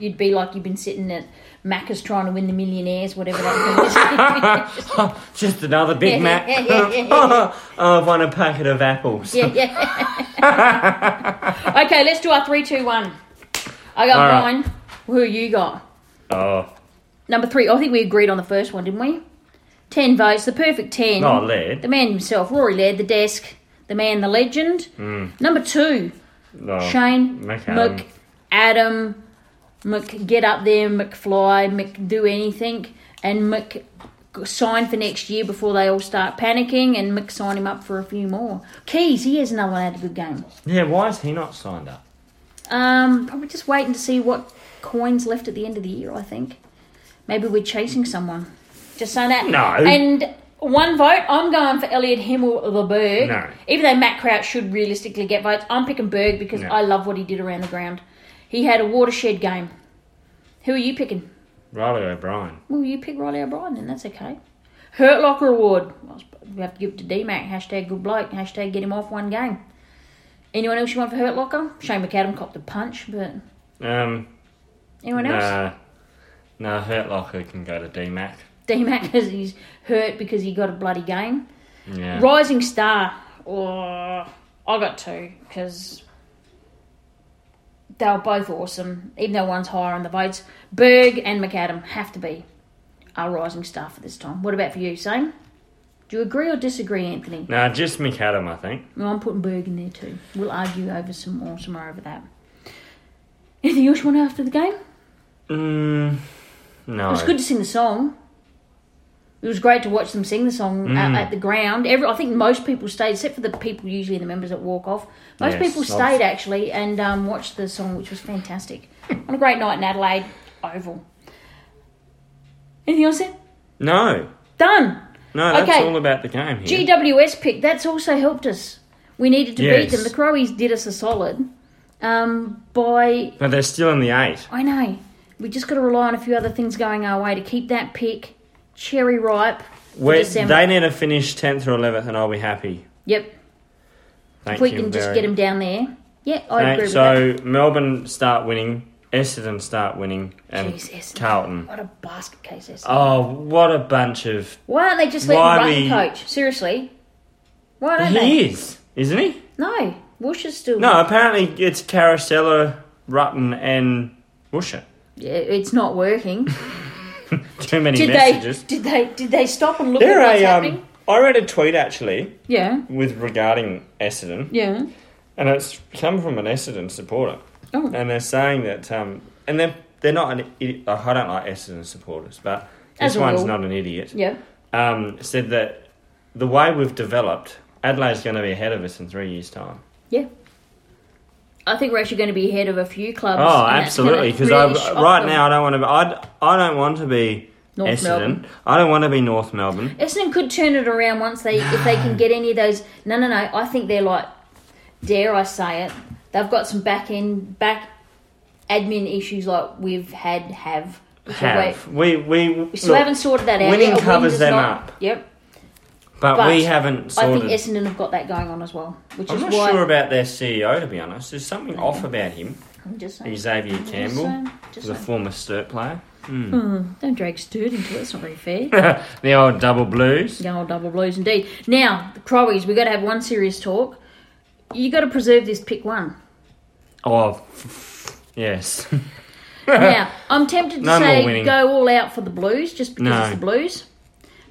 Speaker 1: you'd be like you've been sitting at Macca's trying to win the millionaires, whatever that was.
Speaker 2: Just another Big Mac.
Speaker 1: Oh, Yeah, yeah, yeah, yeah.
Speaker 2: I've won a packet of apples.
Speaker 1: yeah, yeah. okay, let's do our three, two, one. I got
Speaker 2: All right.
Speaker 1: mine. Who you got?
Speaker 2: Oh,
Speaker 1: Number three. I think we agreed on the first one, didn't we? Ten votes, the perfect ten.
Speaker 2: Oh, Laird.
Speaker 1: The man himself, Rory Laird, the desk, the man, the
Speaker 2: Hmm.
Speaker 1: legend. Number two,
Speaker 2: oh.
Speaker 1: Shane
Speaker 2: McAdam.
Speaker 1: McAdam. Mc get up there, McFly, Mc do anything, and Mc sign for next year before they all start panicking, and Mc sign him up for a few more. Keys, he has another one had a good game.
Speaker 2: Yeah, why is he not signed up?
Speaker 1: Um, probably just waiting to see what coins left at the end of the year. I think maybe we're chasing someone. Just saying that.
Speaker 2: No.
Speaker 1: And one vote, I'm going for Elliot Himmel the Berg.
Speaker 2: No.
Speaker 1: Even though Matt Crouch should realistically get votes, I'm picking Berg because
Speaker 2: No.
Speaker 1: I love what he did around the ground. He had a watershed game. Who are you picking?
Speaker 2: Riley O'Brien.
Speaker 1: Well, you pick Riley O'Brien, then that's okay. Hurt Locker Award. Well, we have to give it to DMAC. Hashtag good bloke. Hashtag get him off one game. Anyone else you want for Hurt Locker? Shane McAdam copped a punch, but
Speaker 2: Um,
Speaker 1: anyone else?
Speaker 2: nah, nah, Hurt Locker can go to DMAC.
Speaker 1: DMAC because he's hurt because he got a bloody game.
Speaker 2: Yeah.
Speaker 1: Rising Star. Oh, I got two because they were both awesome, even though one's higher on the votes. Berg and McAdam have to be our Rising Star for this time. What about for you, same? Do you agree or disagree, Anthony?
Speaker 2: Nah, just McAdam, I think.
Speaker 1: No, I'm putting Berg in there too. We'll argue over some more tomorrow over that. Anything else you want after the game?
Speaker 2: Mm, no.
Speaker 1: It was good to sing the song. It was great to watch them sing the song
Speaker 2: Mm.
Speaker 1: at, at the ground. Every, I think most people stayed, except for the people usually the members that walk off. Most
Speaker 2: Yes,
Speaker 1: people
Speaker 2: I've-
Speaker 1: stayed actually and um, watched the song, which was fantastic.
Speaker 2: Hmm.
Speaker 1: On a great night in Adelaide Oval. Anything else? Then?
Speaker 2: No,
Speaker 1: Done.
Speaker 2: no, that's
Speaker 1: Okay.
Speaker 2: all about the game here.
Speaker 1: GWS pick. That's also helped us. We needed to beat
Speaker 2: Yes.
Speaker 1: them. The Crowies did us a solid um, by
Speaker 2: but they're still in the eight.
Speaker 1: I know. We just got to rely on a few other things going our way to keep that pick cherry ripe for
Speaker 2: Where,
Speaker 1: December.
Speaker 2: they need to finish 10th or 11th, and I'll be happy.
Speaker 1: yep,
Speaker 2: Thank
Speaker 1: if we
Speaker 2: you
Speaker 1: can just
Speaker 2: very-
Speaker 1: get them down there. Yeah, I
Speaker 2: Thank-
Speaker 1: agree with that.
Speaker 2: so Melbourne start winning, Essendon start winning, and
Speaker 1: Jeez, Essendon.
Speaker 2: Carlton.
Speaker 1: What a basket case this.
Speaker 2: Oh, what a bunch of
Speaker 1: Why aren't they just letting
Speaker 2: Why
Speaker 1: Rutton
Speaker 2: we-
Speaker 1: coach? Seriously. Why don't they?
Speaker 2: he is, isn't he?
Speaker 1: No. Woosh is still.
Speaker 2: No, apparently it's Carosella, Rutten, and Woosha.
Speaker 1: Yeah, It's not working.
Speaker 2: Too many
Speaker 1: Did they?
Speaker 2: messages.
Speaker 1: Did they? Did they stop and look
Speaker 2: There
Speaker 1: at what's
Speaker 2: a,
Speaker 1: happening?
Speaker 2: um, I read a tweet actually
Speaker 1: yeah.
Speaker 2: with regarding Essendon,
Speaker 1: Yeah.
Speaker 2: and it's come from an Essendon supporter,
Speaker 1: Oh.
Speaker 2: and they're saying that, um, and they're they're not an idiot. I don't like Essendon supporters, but
Speaker 1: As a
Speaker 2: this one's
Speaker 1: rule.
Speaker 2: not an idiot.
Speaker 1: Yeah.
Speaker 2: Um, said that the way we've developed, Adelaide's going to be ahead of us in three years' time.
Speaker 1: Yeah. I think we're actually going to be ahead of a few clubs.
Speaker 2: Oh,
Speaker 1: and that's gonna
Speaker 2: absolutely. Because
Speaker 1: really shock
Speaker 2: I right
Speaker 1: them.
Speaker 2: now I don't want to. Be, I I don't want to be
Speaker 1: North
Speaker 2: Essendon.
Speaker 1: Melbourne.
Speaker 2: I don't want to be North Melbourne.
Speaker 1: Essendon could turn it around once they if they can get any of those. No, no, no. I think they're like, dare I say it? They've got some back end back admin issues like we've had have. which are great.
Speaker 2: Have we we,
Speaker 1: We still
Speaker 2: look,
Speaker 1: haven't sorted that out.
Speaker 2: winning
Speaker 1: yet. A win
Speaker 2: covers
Speaker 1: does
Speaker 2: them
Speaker 1: not-
Speaker 2: up.
Speaker 1: Yep.
Speaker 2: but,
Speaker 1: but
Speaker 2: we haven't sorted.
Speaker 1: I think Essendon have got that going on as well, which
Speaker 2: I'm
Speaker 1: is
Speaker 2: not
Speaker 1: why.
Speaker 2: sure about their CEO to be honest. There's something off about him.
Speaker 1: I'm just saying.
Speaker 2: Xavier
Speaker 1: Just
Speaker 2: Campbell,
Speaker 1: saying. Just
Speaker 2: the
Speaker 1: saying.
Speaker 2: former Sturt player,
Speaker 1: Don't drag Sturt into it. It's not very fair.
Speaker 2: the old double blues.
Speaker 1: Young old double blues indeed. Now, the Crowies, we've got to have one serious talk. you got to preserve this pick one.
Speaker 2: Oh, f- yes.
Speaker 1: now, I'm tempted to
Speaker 2: No more
Speaker 1: say
Speaker 2: winning.
Speaker 1: go all out for the Blues just because
Speaker 2: No.
Speaker 1: it's the Blues.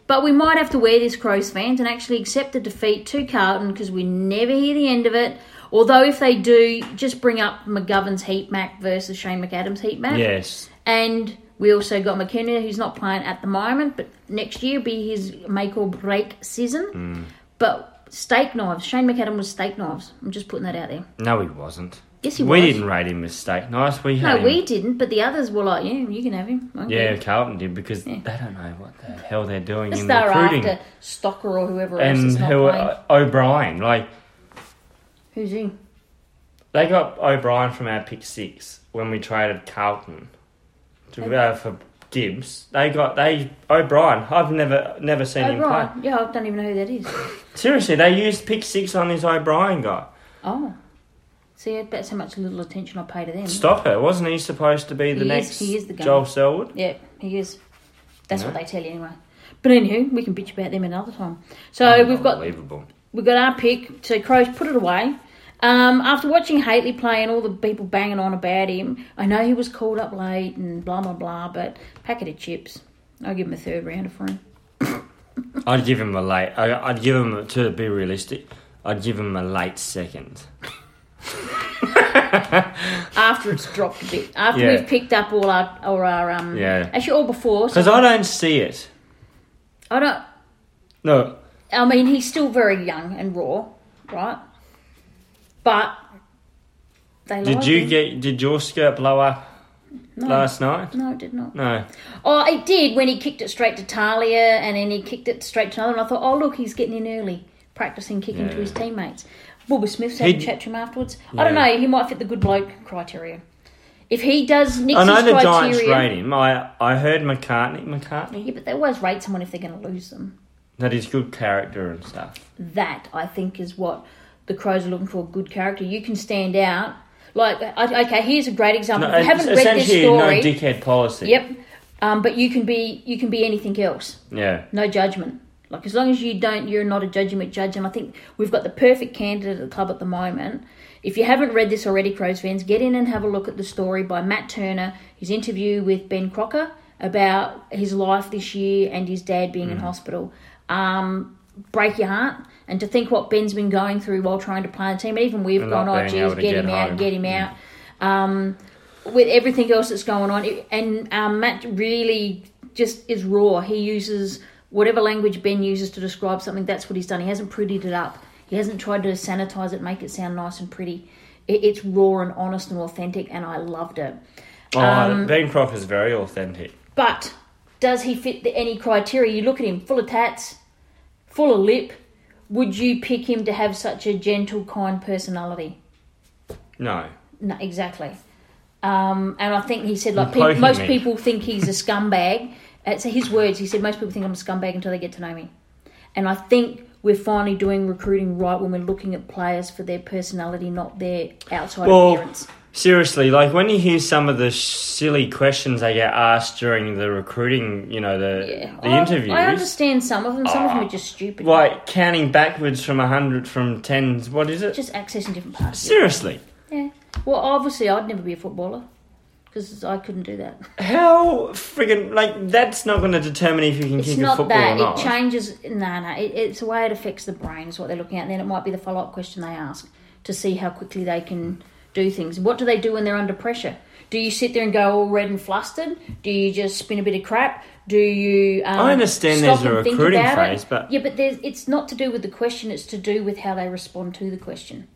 Speaker 1: But we might have to wear this, Crows fans, and actually accept the defeat to Carlton because we never hear the end of it. Although, if they do, just bring up McGovern's heat map versus Shane McAdams' heat map.
Speaker 2: yes.
Speaker 1: And we also got McKenna, who's not playing at the moment, but next year will be his make or break season.
Speaker 2: Mm.
Speaker 1: But steak knives. Shane McAdam was steak knives. I'm just putting that out there.
Speaker 2: No, he wasn't.
Speaker 1: Yes, he was.
Speaker 2: we didn't rate him mistake. Nice. We had
Speaker 1: No,
Speaker 2: him.
Speaker 1: we didn't, but the others were like, yeah, you can have him. Okay.
Speaker 2: Yeah, Carlton did because they don't know what the hell they're doing
Speaker 1: It's
Speaker 2: in
Speaker 1: they're
Speaker 2: recruiting.
Speaker 1: after Stocker or whoever else
Speaker 2: and
Speaker 1: is not
Speaker 2: who
Speaker 1: playing.
Speaker 2: O'Brien. Like
Speaker 1: Who's he? Oh,
Speaker 2: they got O'Brien from our pick six when we traded Carlton to, uh, for Gibbs. They got they O'Brien. I've never never seen him play.
Speaker 1: O'Brien. Yeah, I don't even know who that is.
Speaker 2: Seriously, they used pick six on this O'Brien guy.
Speaker 1: oh. See, that's how much little attention I pay to them.
Speaker 2: Stop it! Wasn't he supposed to be the
Speaker 1: He is-
Speaker 2: next
Speaker 1: he is the guy.
Speaker 2: Joel Selwood?
Speaker 1: Yeah, he is. That's
Speaker 2: Yeah.
Speaker 1: what they tell you anyway. But anywho, we can bitch about them another time. So we've got
Speaker 2: unbelievable.
Speaker 1: we've got our pick. So Crows put it away. Um, after watching Haitley play and all the people banging on about him, I know he was called up late and blah blah blah. But packet of chips, I'll give him a third rounder for him.
Speaker 2: I'd give him a late. I, I'd give him to be realistic. I'd give him a late second.
Speaker 1: After after it's dropped a bit. After
Speaker 2: Yeah.
Speaker 1: we've picked up all our, all our um,
Speaker 2: Yeah.
Speaker 1: actually all before.
Speaker 2: Because
Speaker 1: So
Speaker 2: I don't see it.
Speaker 1: I don't.
Speaker 2: No.
Speaker 1: I mean, he's still very young and raw, right? But they
Speaker 2: Did
Speaker 1: lied,
Speaker 2: you
Speaker 1: didn't
Speaker 2: get? Did your skirt blow up
Speaker 1: they? no,
Speaker 2: last night?
Speaker 1: No, it did not.
Speaker 2: No.
Speaker 1: Oh, it did when he kicked it straight to Talia, and then he kicked it straight to another. And I thought, oh look, he's getting in early, practicing kicking to
Speaker 2: Yeah.
Speaker 1: his teammates. Booba Smith's had a
Speaker 2: He'd-
Speaker 1: chat to him afterwards. I don't
Speaker 2: Yeah.
Speaker 1: know. He might fit the good bloke criterion. If he does
Speaker 2: I
Speaker 1: Nixie's
Speaker 2: know the Giants
Speaker 1: criteria,
Speaker 2: rate him. I I heard McCartney. McCartney.
Speaker 1: yeah, but they always rate someone if they're going to lose them.
Speaker 2: That he's good character and stuff.
Speaker 1: that I think is what the crows are looking for. Good character. You can stand out. Like, I- okay, here's a great example.
Speaker 2: No,
Speaker 1: if you Um, haven't
Speaker 2: it's
Speaker 1: read this
Speaker 2: essentially
Speaker 1: story,
Speaker 2: no dickhead policy.
Speaker 1: yep. Um, but you can be you can be anything else.
Speaker 2: Yeah.
Speaker 1: No judgment. Like as long as you don't, you're not a judgment judge. And I think we've got the perfect candidate at the club at the moment. If you haven't read this already, Crows fans, get in and have a look at the story by Matt Turner, his interview with Ben Crocker about his life this year and his dad being
Speaker 2: Mm.
Speaker 1: in hospital. Um, break your heart. And to think what Ben's been going through while trying to play on the team, and even we've
Speaker 2: And
Speaker 1: gone,
Speaker 2: not
Speaker 1: oh,
Speaker 2: being
Speaker 1: geez,
Speaker 2: able to
Speaker 1: get
Speaker 2: get
Speaker 1: him out,
Speaker 2: home."
Speaker 1: get him out. Um, with everything else that's going on. It- And um, Matt really just is raw. He uses whatever language Ben uses to describe something. That's what he's done. He hasn't prettied it up. He hasn't tried to sanitize it, make it sound nice and pretty. It, it's raw and honest and authentic, and I loved it.
Speaker 2: Oh,
Speaker 1: Um,
Speaker 2: Ben Crocker's very authentic.
Speaker 1: But does he fit the, any criteria? You look at him, full of tats, full of lip. Would you pick him to have such a gentle, kind personality?
Speaker 2: No.
Speaker 1: No, exactly. Um, and I think he said, like,
Speaker 2: You're
Speaker 1: peop
Speaker 2: poking
Speaker 1: most
Speaker 2: me.
Speaker 1: people think he's a scumbag. It's his words. He said, most people think I'm a scumbag until they get to know me. And I think we're finally doing recruiting right when we're looking at players for their personality, not their outside
Speaker 2: Well,
Speaker 1: appearance.
Speaker 2: Seriously, like when you hear some of the silly questions they get asked during the recruiting, you know, the
Speaker 1: Yeah.
Speaker 2: the
Speaker 1: I,
Speaker 2: interviews.
Speaker 1: I understand some of them. Some of them are just stupid.
Speaker 2: Like counting backwards from a hundred from tens, what is it?
Speaker 1: Just accessing different parts.
Speaker 2: Seriously.
Speaker 1: Yeah. Well, obviously, I'd never be a footballer because I couldn't do that.
Speaker 2: How friggin' like that's not gonna determine if you can
Speaker 1: It's
Speaker 2: kick a
Speaker 1: not
Speaker 2: football
Speaker 1: that
Speaker 2: or not.
Speaker 1: it changes. No, no, it, it's a way it affects the brain is what they're looking at, and then it might be the follow up question they ask to see how quickly they can do things. What do they do when they're under pressure? Do you sit there and go all red and flustered? Do you just spin a bit of crap? Do you? Um,
Speaker 2: I understand
Speaker 1: stop
Speaker 2: there's a
Speaker 1: and think
Speaker 2: recruiting
Speaker 1: about it?
Speaker 2: phase, but-
Speaker 1: yeah, but there's, it's not to do with the question; it's to do with how they respond to the question.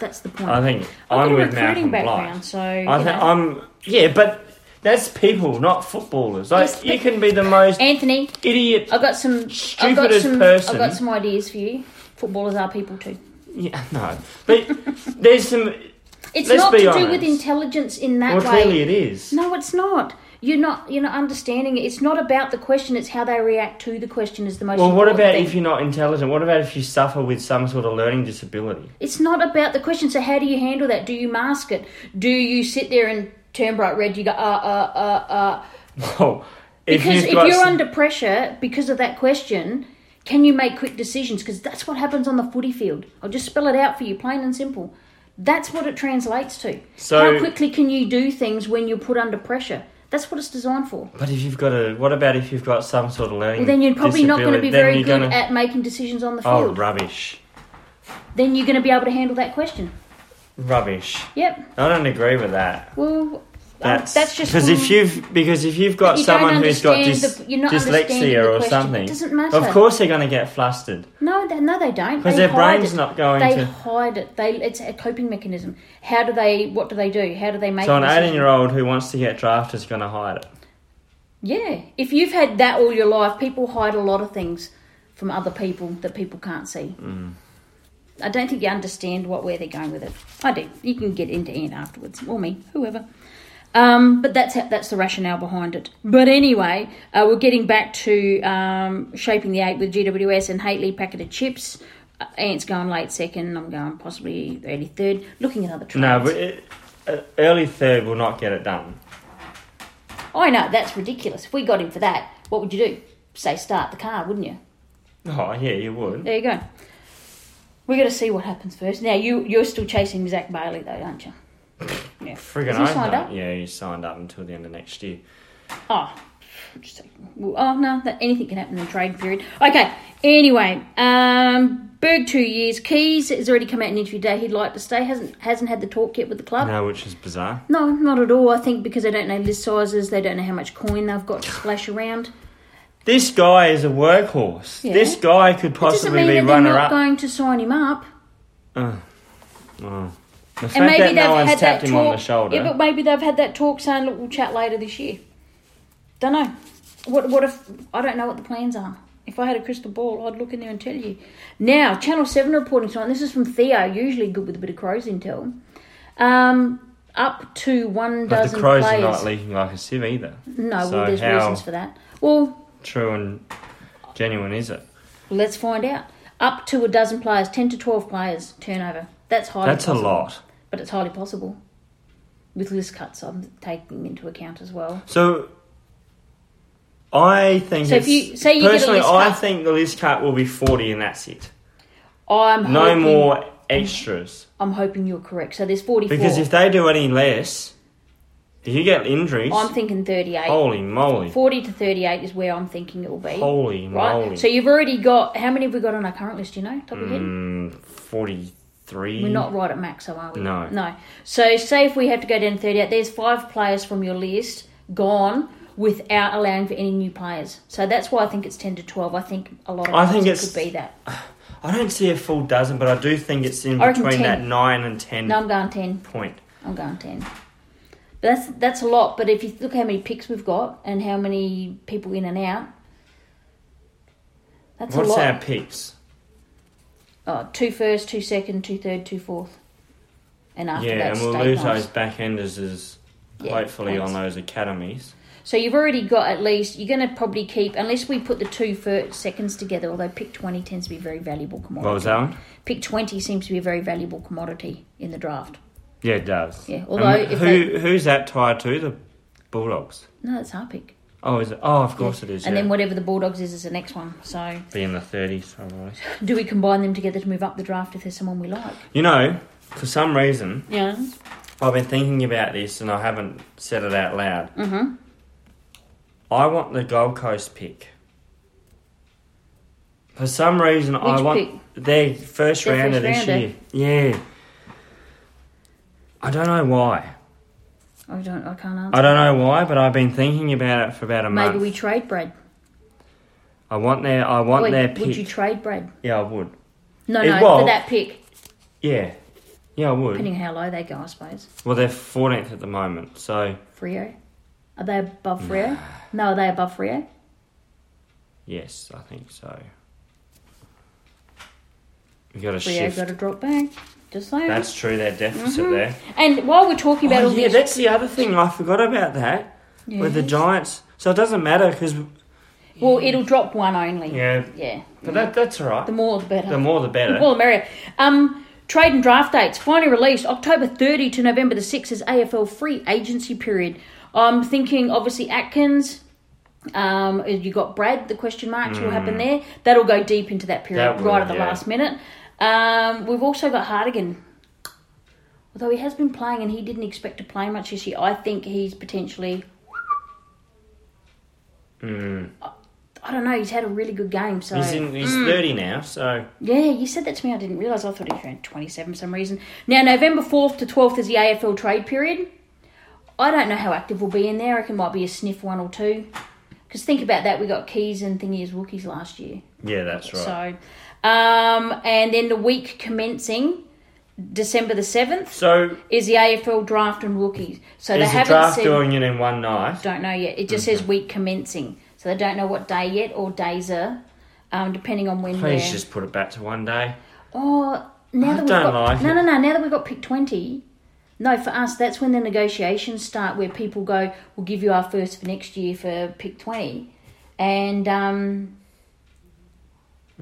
Speaker 1: That's the point.
Speaker 2: I think
Speaker 1: I've
Speaker 2: I'm
Speaker 1: got a
Speaker 2: with
Speaker 1: recruiting
Speaker 2: Malcolm
Speaker 1: background,
Speaker 2: Blight.
Speaker 1: so
Speaker 2: I
Speaker 1: you
Speaker 2: think
Speaker 1: know.
Speaker 2: I'm yeah, but that's people, not footballers. Like
Speaker 1: Yes,
Speaker 2: you
Speaker 1: but-
Speaker 2: can be the most
Speaker 1: Anthony,
Speaker 2: idiot.
Speaker 1: I've got some. I've got
Speaker 2: Stupidest
Speaker 1: some.
Speaker 2: person.
Speaker 1: I've got some ideas for you. Footballers are people too.
Speaker 2: Yeah, no, but there's some.
Speaker 1: It's
Speaker 2: Let's
Speaker 1: not
Speaker 2: be
Speaker 1: to do
Speaker 2: honest.
Speaker 1: with intelligence in that
Speaker 2: Well,
Speaker 1: way.
Speaker 2: clearly it is.
Speaker 1: No, it's not. You're not. You're not understanding it. It's not about the question. It's how they react to the question is the most.
Speaker 2: Well, what
Speaker 1: important
Speaker 2: about
Speaker 1: thing.
Speaker 2: if you're not intelligent? What about if you suffer with some sort of learning disability?
Speaker 1: It's not about the question. So how do you handle that? Do you mask it? Do you sit there and turn bright red? You go uh uh uh uh.
Speaker 2: Well, Oh, if
Speaker 1: Because if,
Speaker 2: you've got
Speaker 1: you're
Speaker 2: s-
Speaker 1: under pressure because of that question, can you make quick decisions? Because that's what happens on the footy field. I'll just spell it out for you, plain and simple. That's what it translates to.
Speaker 2: So-
Speaker 1: How quickly can you do things when you're put under pressure? That's what it's designed for.
Speaker 2: but if you've got a, what about if you've got some sort of learning?
Speaker 1: Well, then you're probably not going to
Speaker 2: disability?
Speaker 1: be
Speaker 2: Then
Speaker 1: very
Speaker 2: you're
Speaker 1: good
Speaker 2: gonna-
Speaker 1: at making decisions on the
Speaker 2: Oh,
Speaker 1: field.
Speaker 2: rubbish,
Speaker 1: Then you're going to be able to handle that question.
Speaker 2: rubbish.
Speaker 1: Yep.
Speaker 2: I don't agree with that.
Speaker 1: Well, that's,
Speaker 2: That's,
Speaker 1: Um, that's just
Speaker 2: because
Speaker 1: from-
Speaker 2: if you've because if you've got
Speaker 1: you don't
Speaker 2: someone who's got
Speaker 1: understand
Speaker 2: dys,
Speaker 1: the- you're not understanding the
Speaker 2: dyslexia or
Speaker 1: question.
Speaker 2: something,
Speaker 1: It doesn't matter.
Speaker 2: Of course, they're going to get flustered.
Speaker 1: No, they, no, they don't.
Speaker 2: 'Cause
Speaker 1: They
Speaker 2: their
Speaker 1: hide
Speaker 2: brain's
Speaker 1: it.
Speaker 2: not going
Speaker 1: They
Speaker 2: to-
Speaker 1: hide it. They it's a coping mechanism. How do they? What do they do? How do they make?
Speaker 2: So an
Speaker 1: a decision?
Speaker 2: eighteen-year-old who wants to get drafted is going to hide it.
Speaker 1: Yeah, if you've had that all your life, people hide a lot of things from other people that people can't see. I don't think you understand what where they're going with it. I do. You can get into Ian afterwards, or me, whoever. Um, but that's how, that's the rationale behind it. But anyway, uh, we're getting back to um, shaping the eight with GWS and Haitley packet of chips. Uh, Ant's going late second. I'm going possibly early third. Looking at other trades.
Speaker 2: No, but it, uh, early third will not get it done.
Speaker 1: I know that's ridiculous. If we got him for that, what would you do? Say start the car, wouldn't you?
Speaker 2: Oh yeah, you would.
Speaker 1: There you go. We're going to see what happens first. Now you you're still chasing Zach Bailey though, aren't you? Yeah.
Speaker 2: Friggin'
Speaker 1: Is he
Speaker 2: I
Speaker 1: signed
Speaker 2: don't.
Speaker 1: up?
Speaker 2: Yeah, you signed up until the end of next year.
Speaker 1: Oh, Just like, oh no, that anything can happen in the trade period. Okay. Anyway, um, Berg two years. Keys has already come out in interview day. He'd like to stay. hasn't hasn't had the talk yet with the club.
Speaker 2: No, which is bizarre.
Speaker 1: No, not at all. I think because they don't know list sizes, they don't know how much coin they've got to splash around.
Speaker 2: This guy is a workhorse.
Speaker 1: Yeah.
Speaker 2: This guy could
Speaker 1: It doesn't
Speaker 2: possibly
Speaker 1: mean
Speaker 2: be
Speaker 1: that they're
Speaker 2: runner
Speaker 1: not
Speaker 2: up.
Speaker 1: going to sign him up.
Speaker 2: Oh. The fact
Speaker 1: And maybe
Speaker 2: that
Speaker 1: they've
Speaker 2: no one's
Speaker 1: had
Speaker 2: tapped
Speaker 1: that
Speaker 2: him
Speaker 1: talk.
Speaker 2: on the shoulder.
Speaker 1: Yeah, but maybe they've had that talk saying, "Look, we'll chat later this year." Don't know. What? What if I don't know what the plans are? If I had a crystal ball, I'd look in there and tell you. Now, Channel Seven reporting tonight. This is from Theo. Usually good with a bit of crows intel. Um, up to one
Speaker 2: But
Speaker 1: dozen
Speaker 2: the crows
Speaker 1: players.
Speaker 2: are not leaking like a sieve either.
Speaker 1: no,
Speaker 2: so
Speaker 1: well, there's
Speaker 2: how
Speaker 1: reasons for that. Well,
Speaker 2: True and genuine is it?
Speaker 1: let's find out. Up to a dozen players, ten to twelve players turnover. That's highly.
Speaker 2: That's a
Speaker 1: possible.
Speaker 2: lot.
Speaker 1: but it's highly possible. With list cuts, I'm taking into account as well.
Speaker 2: So I think
Speaker 1: So if
Speaker 2: it's-
Speaker 1: you- say you get a
Speaker 2: personally,
Speaker 1: list
Speaker 2: I
Speaker 1: cut-
Speaker 2: think the list cut will be forty, and that's it.
Speaker 1: I'm
Speaker 2: No
Speaker 1: hoping,
Speaker 2: more extras
Speaker 1: I'm hoping you're correct. So there's 44.
Speaker 2: because if they do any less, if you get injuries,
Speaker 1: Oh, I'm thinking 38.
Speaker 2: holy moly,
Speaker 1: 40 to 38 is where I'm thinking it will be.
Speaker 2: holy
Speaker 1: right.
Speaker 2: moly,
Speaker 1: So you've already got how many have we got on our current list? Do you know, top of your head.
Speaker 2: mm, forty-three.
Speaker 1: We're not right at max, though, are we?
Speaker 2: No.
Speaker 1: No. So say if we have to go down to 38, there's five players from your list gone without allowing for any new players. So that's why I think it's 10 to 12. I think a lot of
Speaker 2: I
Speaker 1: times
Speaker 2: think
Speaker 1: it
Speaker 2: it's-
Speaker 1: could be that.
Speaker 2: I don't see a full dozen, but I do think it's in
Speaker 1: I reckon
Speaker 2: between
Speaker 1: 10.
Speaker 2: that nine and ten
Speaker 1: No, I'm going 10.
Speaker 2: point.
Speaker 1: I'm going ten. But that's that's a lot. But if you look how many picks we've got and how many people in and out, that's a
Speaker 2: What's
Speaker 1: lot.
Speaker 2: our picks?
Speaker 1: Oh, two first, two second, two third, two fourth, and after
Speaker 2: Yeah,
Speaker 1: that,
Speaker 2: and we'll
Speaker 1: state
Speaker 2: lose
Speaker 1: lines.
Speaker 2: those backenders as
Speaker 1: Yeah,
Speaker 2: hopefully
Speaker 1: points.
Speaker 2: on those academies.
Speaker 1: So you've already got at least you're going to probably keep unless we put the two first seconds together. Although pick twenty tends to be a very valuable commodity.
Speaker 2: What was that one?
Speaker 1: Pick twenty seems to be a very valuable commodity in the draft.
Speaker 2: Yeah, it does.
Speaker 1: Yeah,
Speaker 2: And
Speaker 1: although if
Speaker 2: who who's that tied to? The Bulldogs.
Speaker 1: No, that's our pick.
Speaker 2: Oh, is it? Oh, of course it is.
Speaker 1: And
Speaker 2: yeah.
Speaker 1: then whatever the Bulldogs is is the next one. So
Speaker 2: be in the thirties otherwise.
Speaker 1: do we combine them together to move up the draft if there's someone we like?
Speaker 2: You know, for some reason,
Speaker 1: Yeah.
Speaker 2: I've been thinking about this and I haven't said it out loud. Mm-hmm. I want the Gold Coast pick. For some reason, I
Speaker 1: Which
Speaker 2: want their first
Speaker 1: Their
Speaker 2: rounder
Speaker 1: first
Speaker 2: this
Speaker 1: rounder.
Speaker 2: year. Yeah. I don't know why.
Speaker 1: I don't. I can't answer.
Speaker 2: I don't know why, but I've been thinking about it for about a
Speaker 1: Maybe
Speaker 2: month.
Speaker 1: we trade Brad.
Speaker 2: I want their. I want
Speaker 1: Wait,
Speaker 2: their pick.
Speaker 1: would you trade Brad?
Speaker 2: yeah, I would.
Speaker 1: No,
Speaker 2: It-
Speaker 1: no,
Speaker 2: well-
Speaker 1: for that pick,
Speaker 2: Yeah, yeah, I would.
Speaker 1: depending on how low they go, I suppose.
Speaker 2: Well, they're fourteenth at the moment, so
Speaker 1: Frio, are they above Frio? No, are they above Frio?
Speaker 2: yes, I think so. We got a
Speaker 1: Frio
Speaker 2: shift.
Speaker 1: got to drop back. Just saying.
Speaker 2: That's true. Their deficit
Speaker 1: Mm-hmm.
Speaker 2: there.
Speaker 1: and while we're talking about
Speaker 2: Oh,
Speaker 1: all
Speaker 2: yeah,
Speaker 1: this,
Speaker 2: that's the other thing. I forgot about that with the
Speaker 1: Yes.
Speaker 2: Giants. So it doesn't matter because
Speaker 1: well, it'll drop one only.
Speaker 2: yeah,
Speaker 1: Yeah.
Speaker 2: but that that's all right.
Speaker 1: The more, the better.
Speaker 2: The more, the better.
Speaker 1: Well, Maria. Um, trade and draft dates. Finally released October 30 to November the 6th is AFL free agency period. I'm thinking, obviously, Atkins. Um, you got Brad, the question marks will happen there. That'll go deep into that period
Speaker 2: Hmm. That will,
Speaker 1: right at the
Speaker 2: yeah.
Speaker 1: last minute. Um, we've also got Hardigan. Although he has been playing and he didn't expect to play much this year, I think he's potentially. I- I don't know. He's had a really good game. So
Speaker 2: Hmm. He's in. He's
Speaker 1: mm.
Speaker 2: thirty now, so
Speaker 1: yeah, you said that to me. I didn't realise. I thought it was around 27 for some reason. Now, November 4th to 12th is the AFL trade period. I don't know how active we'll be in there. I reckon might be a sniff one or two. Because think about that. We got Keys and Thingy as rookies last year.
Speaker 2: yeah, that's right.
Speaker 1: So, um, and then the week commencing December the 7th
Speaker 2: So,
Speaker 1: is the AFL draft and rookies. So they
Speaker 2: is the
Speaker 1: haven't
Speaker 2: draft
Speaker 1: said,
Speaker 2: doing it in one night?
Speaker 1: don't know yet. It just says week commencing. So they don't know what day yet or days are, um, depending on when
Speaker 2: Please
Speaker 1: they're...
Speaker 2: just put it back to one day.
Speaker 1: Oh, now that we've
Speaker 2: don't
Speaker 1: got
Speaker 2: like
Speaker 1: no,
Speaker 2: it.
Speaker 1: no, no. Now that we've got pick twenty, no, for us that's when the negotiations start, where people go, "We'll give you our first for next year for pick 20. and um,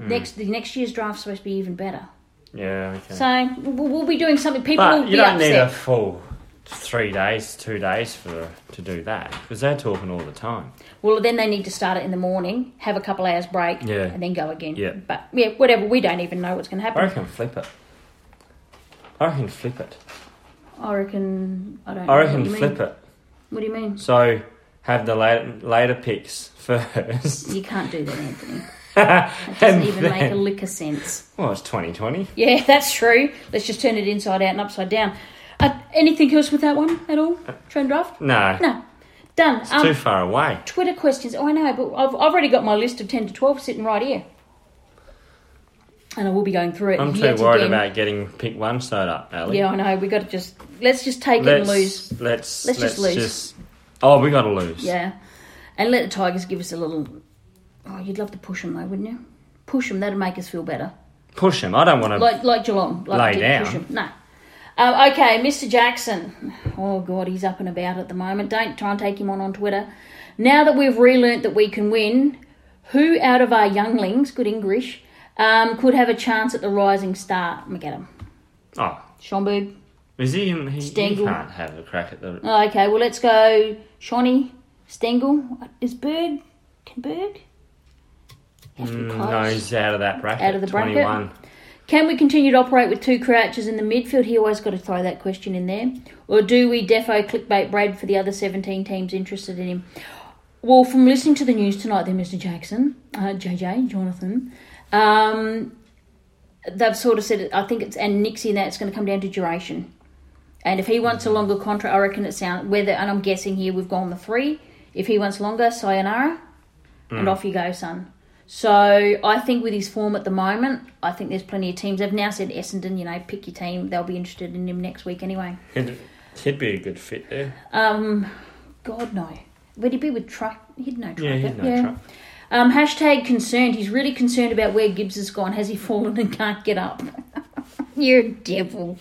Speaker 2: Hmm.
Speaker 1: next the next year's draft's supposed to be even better.
Speaker 2: Yeah, okay.
Speaker 1: So we'll, we'll be doing something. People
Speaker 2: but
Speaker 1: will
Speaker 2: you
Speaker 1: be
Speaker 2: don't need a
Speaker 1: upset.
Speaker 2: full three days, two days for to do that because they're talking all the time.
Speaker 1: Well, then they need to start it in the morning, have a couple hours break,
Speaker 2: Yeah.
Speaker 1: and then go again.
Speaker 2: Yeah.
Speaker 1: but yeah, whatever. We don't even know what's going to happen.
Speaker 2: I reckon flip it. I reckon flip it.
Speaker 1: I reckon. I don't.
Speaker 2: I reckon
Speaker 1: know what do you
Speaker 2: flip
Speaker 1: mean.
Speaker 2: it.
Speaker 1: What do you mean?
Speaker 2: So have the later, later picks first.
Speaker 1: You can't do that, Anthony. It doesn't
Speaker 2: and
Speaker 1: even
Speaker 2: then,
Speaker 1: make a lick of sense.
Speaker 2: well, it's 2020.
Speaker 1: Yeah, that's true. Let's just turn it inside out and upside down. Uh, anything else with that one at all? Trend draft?
Speaker 2: No,
Speaker 1: No. Done. Um,
Speaker 2: too far away.
Speaker 1: Twitter questions. Oh, I know, but I've, I've already got my list of 10 to 12 sitting right here. And I will be going through it.
Speaker 2: I'm too
Speaker 1: yet
Speaker 2: worried
Speaker 1: again.
Speaker 2: about getting pick one sewed up, Ali.
Speaker 1: Yeah, I know. we got to just. Let's just take it and
Speaker 2: let's,
Speaker 1: lose.
Speaker 2: Let's,
Speaker 1: Let's just lose.
Speaker 2: oh, we got to lose.
Speaker 1: Yeah. And let the Tigers give us a little. Oh, you'd love to push them, though, wouldn't you? Push them. That'd make us feel better.
Speaker 2: Push him. I don't want to.
Speaker 1: Like like Geelong. Like
Speaker 2: Lay
Speaker 1: did
Speaker 2: down.
Speaker 1: Push him. No. Um, okay, Mr. Jackson. Oh, God, he's up and about at the moment. Don't try and take him on on Twitter. Now that we've relearnt that we can win, who out of our younglings, good English, um, could have a chance at the rising star? McAdam.
Speaker 2: oh,
Speaker 1: Schomburg.
Speaker 2: is he? in- He, he
Speaker 1: Stengel.
Speaker 2: can't have a crack at the. Mm,
Speaker 1: Oh, okay, well, let's go Shawnee, Stengel. Is Berg. Can Berg? Has to be close.
Speaker 2: Mm, No, he's out of that bracket.
Speaker 1: Out of the bracket.
Speaker 2: 21.
Speaker 1: Can we continue to operate with two crouches in the midfield? He always got to throw that question in there. Or do we defo clickbait Brad for the other 17 teams interested in him? Well, from listening to the news tonight, there, Mr. Jackson, uh, JJ, Jonathan, um, they've sort of said, it, I think it's, and Nixie, and that's going to come down to duration. And if he wants a longer contract, I reckon it's sound, whether, and I'm guessing here we've gone the three. If he wants longer, sayonara, and off you go, son. So I think with his form at the moment, I think there's plenty of teams. They've now said Essendon, you know, pick your team. They'll be interested in him next week anyway.
Speaker 2: He'd, he'd be a good fit there.
Speaker 1: Um, God no. Would he be with Truck? He'd no Truck.
Speaker 2: Yeah, he'd no truck.
Speaker 1: Um, hashtag concerned. He's really concerned about where Gibbs has gone. Has he fallen and can't get up? You're a devil.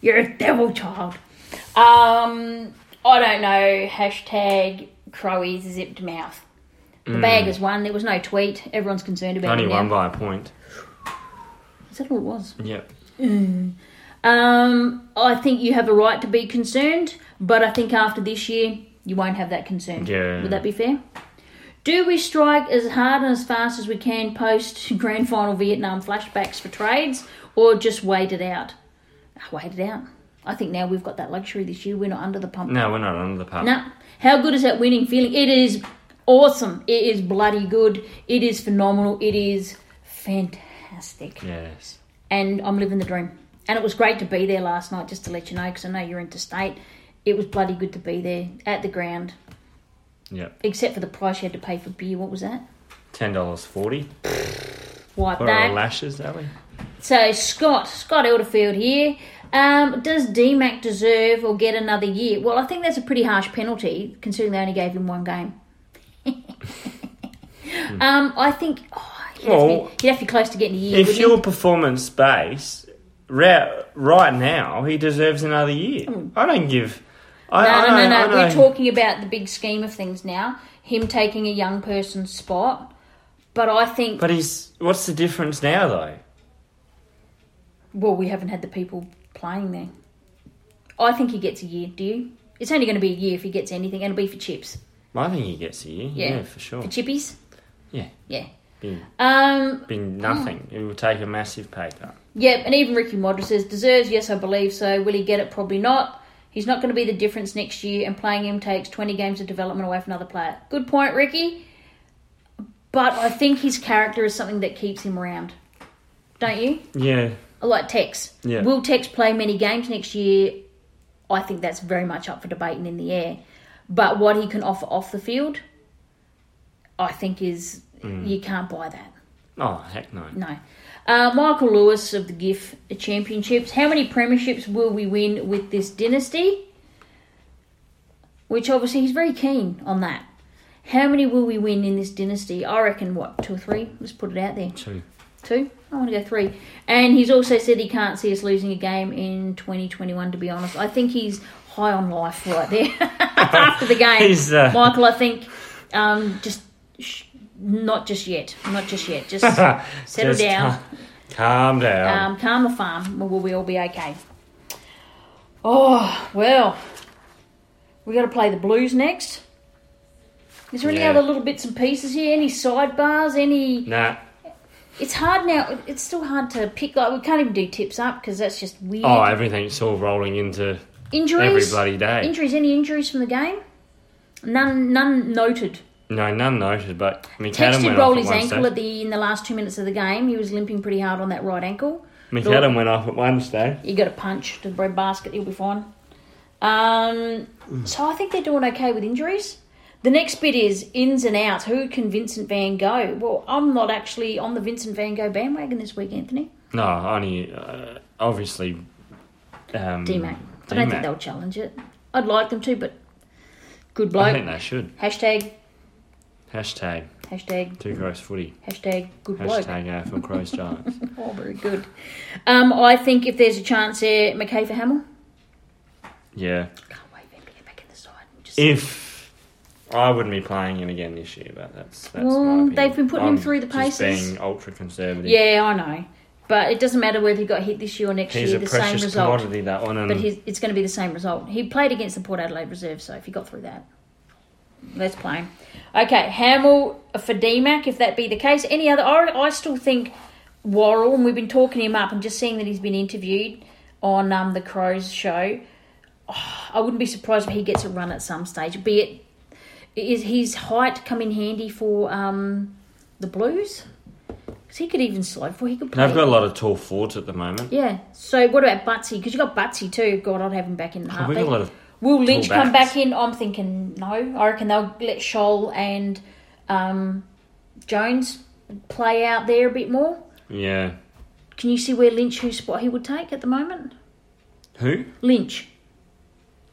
Speaker 1: You're a devil child. Um, I don't know. Hashtag Crowy's zipped mouth. The bag has won. There was no tweet. Everyone's concerned about
Speaker 2: Mm. Only
Speaker 1: him now.
Speaker 2: one by a point.
Speaker 1: Is that all it was?
Speaker 2: Yep.
Speaker 1: Um, I think you have a right to be concerned, but I think after this year, you won't have that concern.
Speaker 2: Yeah.
Speaker 1: Would that be fair? Do we strike as hard and as fast as we can post grand final Vietnam flashbacks for trades, or just wait it out? Ah, Wait it out. I think now we've got that luxury this year. We're not under the pump.
Speaker 2: No, we're not under the pub.
Speaker 1: No. How good is that winning feeling? It is awesome. It is bloody good. It is phenomenal. It is fantastic
Speaker 2: Yes.
Speaker 1: and I'm living the dream. And it was great to be there last night, just to let you know, because I know you're interstate. It was bloody good to be there at the ground,
Speaker 2: Yep.
Speaker 1: except for the price you had to pay for beer. What was that?
Speaker 2: Ten dollars forty.
Speaker 1: Wipe
Speaker 2: What are the
Speaker 1: that.
Speaker 2: lashes, Ali?
Speaker 1: So Scott, Scott Elderfield here. Um, does DMAC deserve or get another year? Well, I think that's a pretty harsh penalty considering they only gave him one game. um, I think oh, he'd, have
Speaker 2: Well,
Speaker 1: to be, he'd have to be close to getting a year.
Speaker 2: If
Speaker 1: wouldn't he?
Speaker 2: you're performance based, ra- right now he deserves another year. I don't give. I,
Speaker 1: Hmm. No, no,
Speaker 2: I
Speaker 1: no,
Speaker 2: know-
Speaker 1: no.
Speaker 2: I
Speaker 1: We're
Speaker 2: know-
Speaker 1: talking about the big scheme of things now. Him taking a young person's spot. But I think,
Speaker 2: But he's. What's the difference now, though?
Speaker 1: well, we haven't had the people playing there. I think he gets a year, do you? It's only going to be a year if he gets anything, and it'll be for chips.
Speaker 2: I think he gets a year.
Speaker 1: Yeah.
Speaker 2: Yeah, for sure.
Speaker 1: For chippies?
Speaker 2: Yeah.
Speaker 1: Yeah.
Speaker 2: Be,
Speaker 1: Um,
Speaker 2: be nothing. It will take a massive pay cut.
Speaker 1: Yep, and even Ricky Modra says deserves. Yes, I believe so. Will he get it? Probably not. He's not going to be the difference next year, and playing him takes 20 games of development away from another player. Good point, Ricky. But I think his character is something that keeps him around. Don't you?
Speaker 2: Yeah.
Speaker 1: Like Tex.
Speaker 2: Yeah.
Speaker 1: Will Tex play many games next year? I think that's very much up for debate and in the air. But what he can offer off the field, I think is you can't buy that.
Speaker 2: Oh heck no.
Speaker 1: No. Uh, Michael Lewis of the GIF Championships. How many premierships will we win with this dynasty? Which obviously he's very keen on that. How many will we win in this dynasty? I reckon what two or three. Let's put it out there.
Speaker 2: Two.
Speaker 1: Two. I want to go three. And he's also said he can't see us losing a game in 2021. To be honest, I think he's high on life right there after the game.
Speaker 2: He's, uh,
Speaker 1: Michael, I think um, just sh- not just yet. Not just yet. Just settle
Speaker 2: Just
Speaker 1: down.
Speaker 2: cal- Calm down.
Speaker 1: Um, Karma Farm, will we all be okay? Oh, well, we got to play the Blues next. Is there any
Speaker 2: Yeah.
Speaker 1: other little bits and pieces here? Any sidebars? Any?
Speaker 2: nah.
Speaker 1: It's hard now. It's still hard to pick. Like we can't even do tips up because that's just weird.
Speaker 2: Oh, everything's all rolling into
Speaker 1: injuries.
Speaker 2: every bloody day.
Speaker 1: Injuries? Any injuries from the game? None, none noted.
Speaker 2: No, none noted, but
Speaker 1: Tex
Speaker 2: McAdam
Speaker 1: did
Speaker 2: went
Speaker 1: roll
Speaker 2: off at
Speaker 1: his
Speaker 2: one
Speaker 1: ankle
Speaker 2: stage.
Speaker 1: at the in the last two minutes of the game. He was limping pretty hard on that right ankle.
Speaker 2: McAdam went off at one stage.
Speaker 1: You got a punch to the bread basket, you'll be fine. Um,
Speaker 2: Mm.
Speaker 1: so I think they're doing okay with injuries. The next bit is ins and outs. Who can Vincent Van Gogh? Well, I'm not actually on the Vincent Van Gogh bandwagon this week, Anthony.
Speaker 2: No, only uh, obviously. Um,
Speaker 1: D Mac. I don't think
Speaker 2: D-Mac.
Speaker 1: they'll challenge it. I'd like them to, but good
Speaker 2: I
Speaker 1: bloke.
Speaker 2: think they should.
Speaker 1: Hashtag,
Speaker 2: Hashtag
Speaker 1: hashtag,
Speaker 2: two gross footy.
Speaker 1: hashtag good bloke.
Speaker 2: Hashtag AFL Crows Giants.
Speaker 1: Oh, very good. Um, I think if there's a chance there, McKay for Hamill.
Speaker 2: Yeah.
Speaker 1: Can't wait for him to get back in the side. and Just
Speaker 2: If I wouldn't be playing him again this year, but that's that's
Speaker 1: Well,
Speaker 2: my opinion.
Speaker 1: they've been putting him
Speaker 2: I'm
Speaker 1: through the
Speaker 2: just
Speaker 1: paces.
Speaker 2: being ultra conservative.
Speaker 1: Yeah, I know. But it doesn't matter whether he got hit this year or next
Speaker 2: He's
Speaker 1: year,
Speaker 2: a
Speaker 1: the same
Speaker 2: precious
Speaker 1: result.
Speaker 2: commodity that one, and
Speaker 1: But he's, it's going to be the same result. He played against the Port Adelaide Reserve, so if he got through that, let's play him. Okay, Hamill uh, for DMAC, if that be the case. Any other? I, I still think Worrell, and we've been talking him up and just seeing that he's been interviewed on um, the Crows show. Oh, I wouldn't be surprised if he gets a run at some stage, be it is his height come in handy for um, the Blues? Because he could even slow for he could play.
Speaker 2: they've got a lot of tall forwards at the moment.
Speaker 1: Yeah. So what about Butsy? Because you got Butsy too. God, I'd have him back in the
Speaker 2: We've got a lot
Speaker 1: heartbeat.
Speaker 2: of
Speaker 1: Will Lynch
Speaker 2: backs.
Speaker 1: come back in? I'm thinking no. I reckon they'll let Shoal and um, Jones play out there a bit more.
Speaker 2: yeah.
Speaker 1: Can you see where Lynch whose spot he would take at the moment?
Speaker 2: Who?
Speaker 1: Lynch.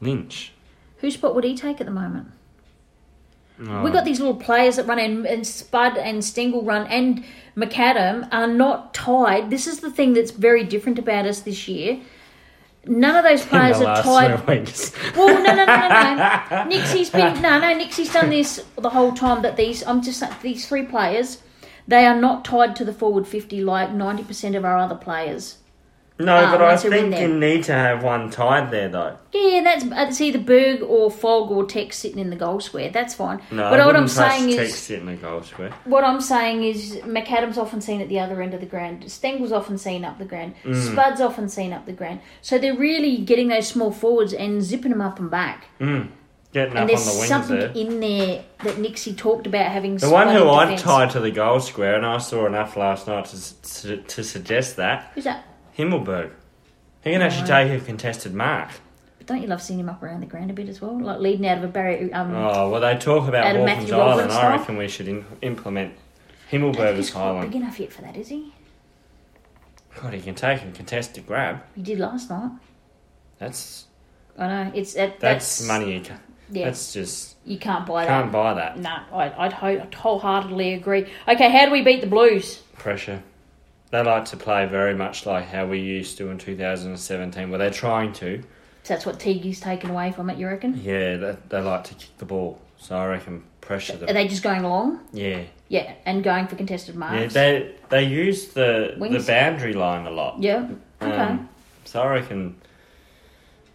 Speaker 2: Lynch.
Speaker 1: Whose spot would he take at the moment?
Speaker 2: No.
Speaker 1: We got these little players that run in, and Spud and Stengel run and McAdam are not tied. This is the thing that's very different about us this year. None of those
Speaker 2: in
Speaker 1: players
Speaker 2: the
Speaker 1: are
Speaker 2: last
Speaker 1: tied
Speaker 2: three weeks.
Speaker 1: Well, no, no, no, no, no. Nixie's been no, no. Nixie's done this the whole time. That these, I'm just saying, these three players, they are not tied to the forward fifty like ninety percent of our other players.
Speaker 2: No,
Speaker 1: Ah,
Speaker 2: but I
Speaker 1: once you're in
Speaker 2: think
Speaker 1: there.
Speaker 2: you need to have one tied there though.
Speaker 1: Yeah, that's uh, it's either Berg or Fogg or Tex sitting in the goal square. That's fine.
Speaker 2: No,
Speaker 1: but
Speaker 2: I
Speaker 1: what I'm
Speaker 2: wouldn't touch
Speaker 1: saying
Speaker 2: Tex
Speaker 1: is,
Speaker 2: sitting in the goal square.
Speaker 1: what I'm saying is, McAdam's often seen at the other end of the ground. Stengel's often seen up the ground.
Speaker 2: Mm.
Speaker 1: Spud's often seen up the ground. So they're really getting those small forwards and zipping them up and back.
Speaker 2: Getting
Speaker 1: And
Speaker 2: up on
Speaker 1: there's
Speaker 2: the wings
Speaker 1: something
Speaker 2: there.
Speaker 1: in there that Nixie talked about having.
Speaker 2: The one who
Speaker 1: tied.
Speaker 2: I'd tied to the goal square, and I saw enough last night to, to, to suggest that,
Speaker 1: Who's that?
Speaker 2: Himmelberg. He can actually take a contested mark.
Speaker 1: But don't you love seeing him up around the ground a bit as well? Like leading out of a barrier. Um,
Speaker 2: Oh, well, they talk about
Speaker 1: Adam
Speaker 2: Waltham's
Speaker 1: Matthew
Speaker 2: Island.
Speaker 1: Roberts
Speaker 2: I
Speaker 1: style?
Speaker 2: reckon we should in, implement
Speaker 1: I don't think he's
Speaker 2: Himmelberger's
Speaker 1: quite big
Speaker 2: Island.
Speaker 1: enough yet for that, is he?
Speaker 2: God, he can take a contested grab.
Speaker 1: He did last night.
Speaker 2: That's
Speaker 1: I know. It's that,
Speaker 2: that's, money. You ca-
Speaker 1: Yeah,
Speaker 2: That's just
Speaker 1: you can't buy
Speaker 2: can't buy that
Speaker 1: that. No, I, I'd, ho- I'd wholeheartedly agree. Okay, how do we beat the Blues?
Speaker 2: pressure. They like to play very much like how we used to in 2017. Well, they're trying to.
Speaker 1: So that's what Teague's taken away from it. You reckon?
Speaker 2: Yeah, they, they like to kick the ball. So I reckon pressure
Speaker 1: Are
Speaker 2: them.
Speaker 1: they Ah. just going long?
Speaker 2: Yeah.
Speaker 1: Yeah, and going for contested
Speaker 2: Yeah,
Speaker 1: marks.
Speaker 2: they they use the
Speaker 1: Wings.
Speaker 2: the boundary line a lot.
Speaker 1: Yeah, Okay.
Speaker 2: Um, so I reckon,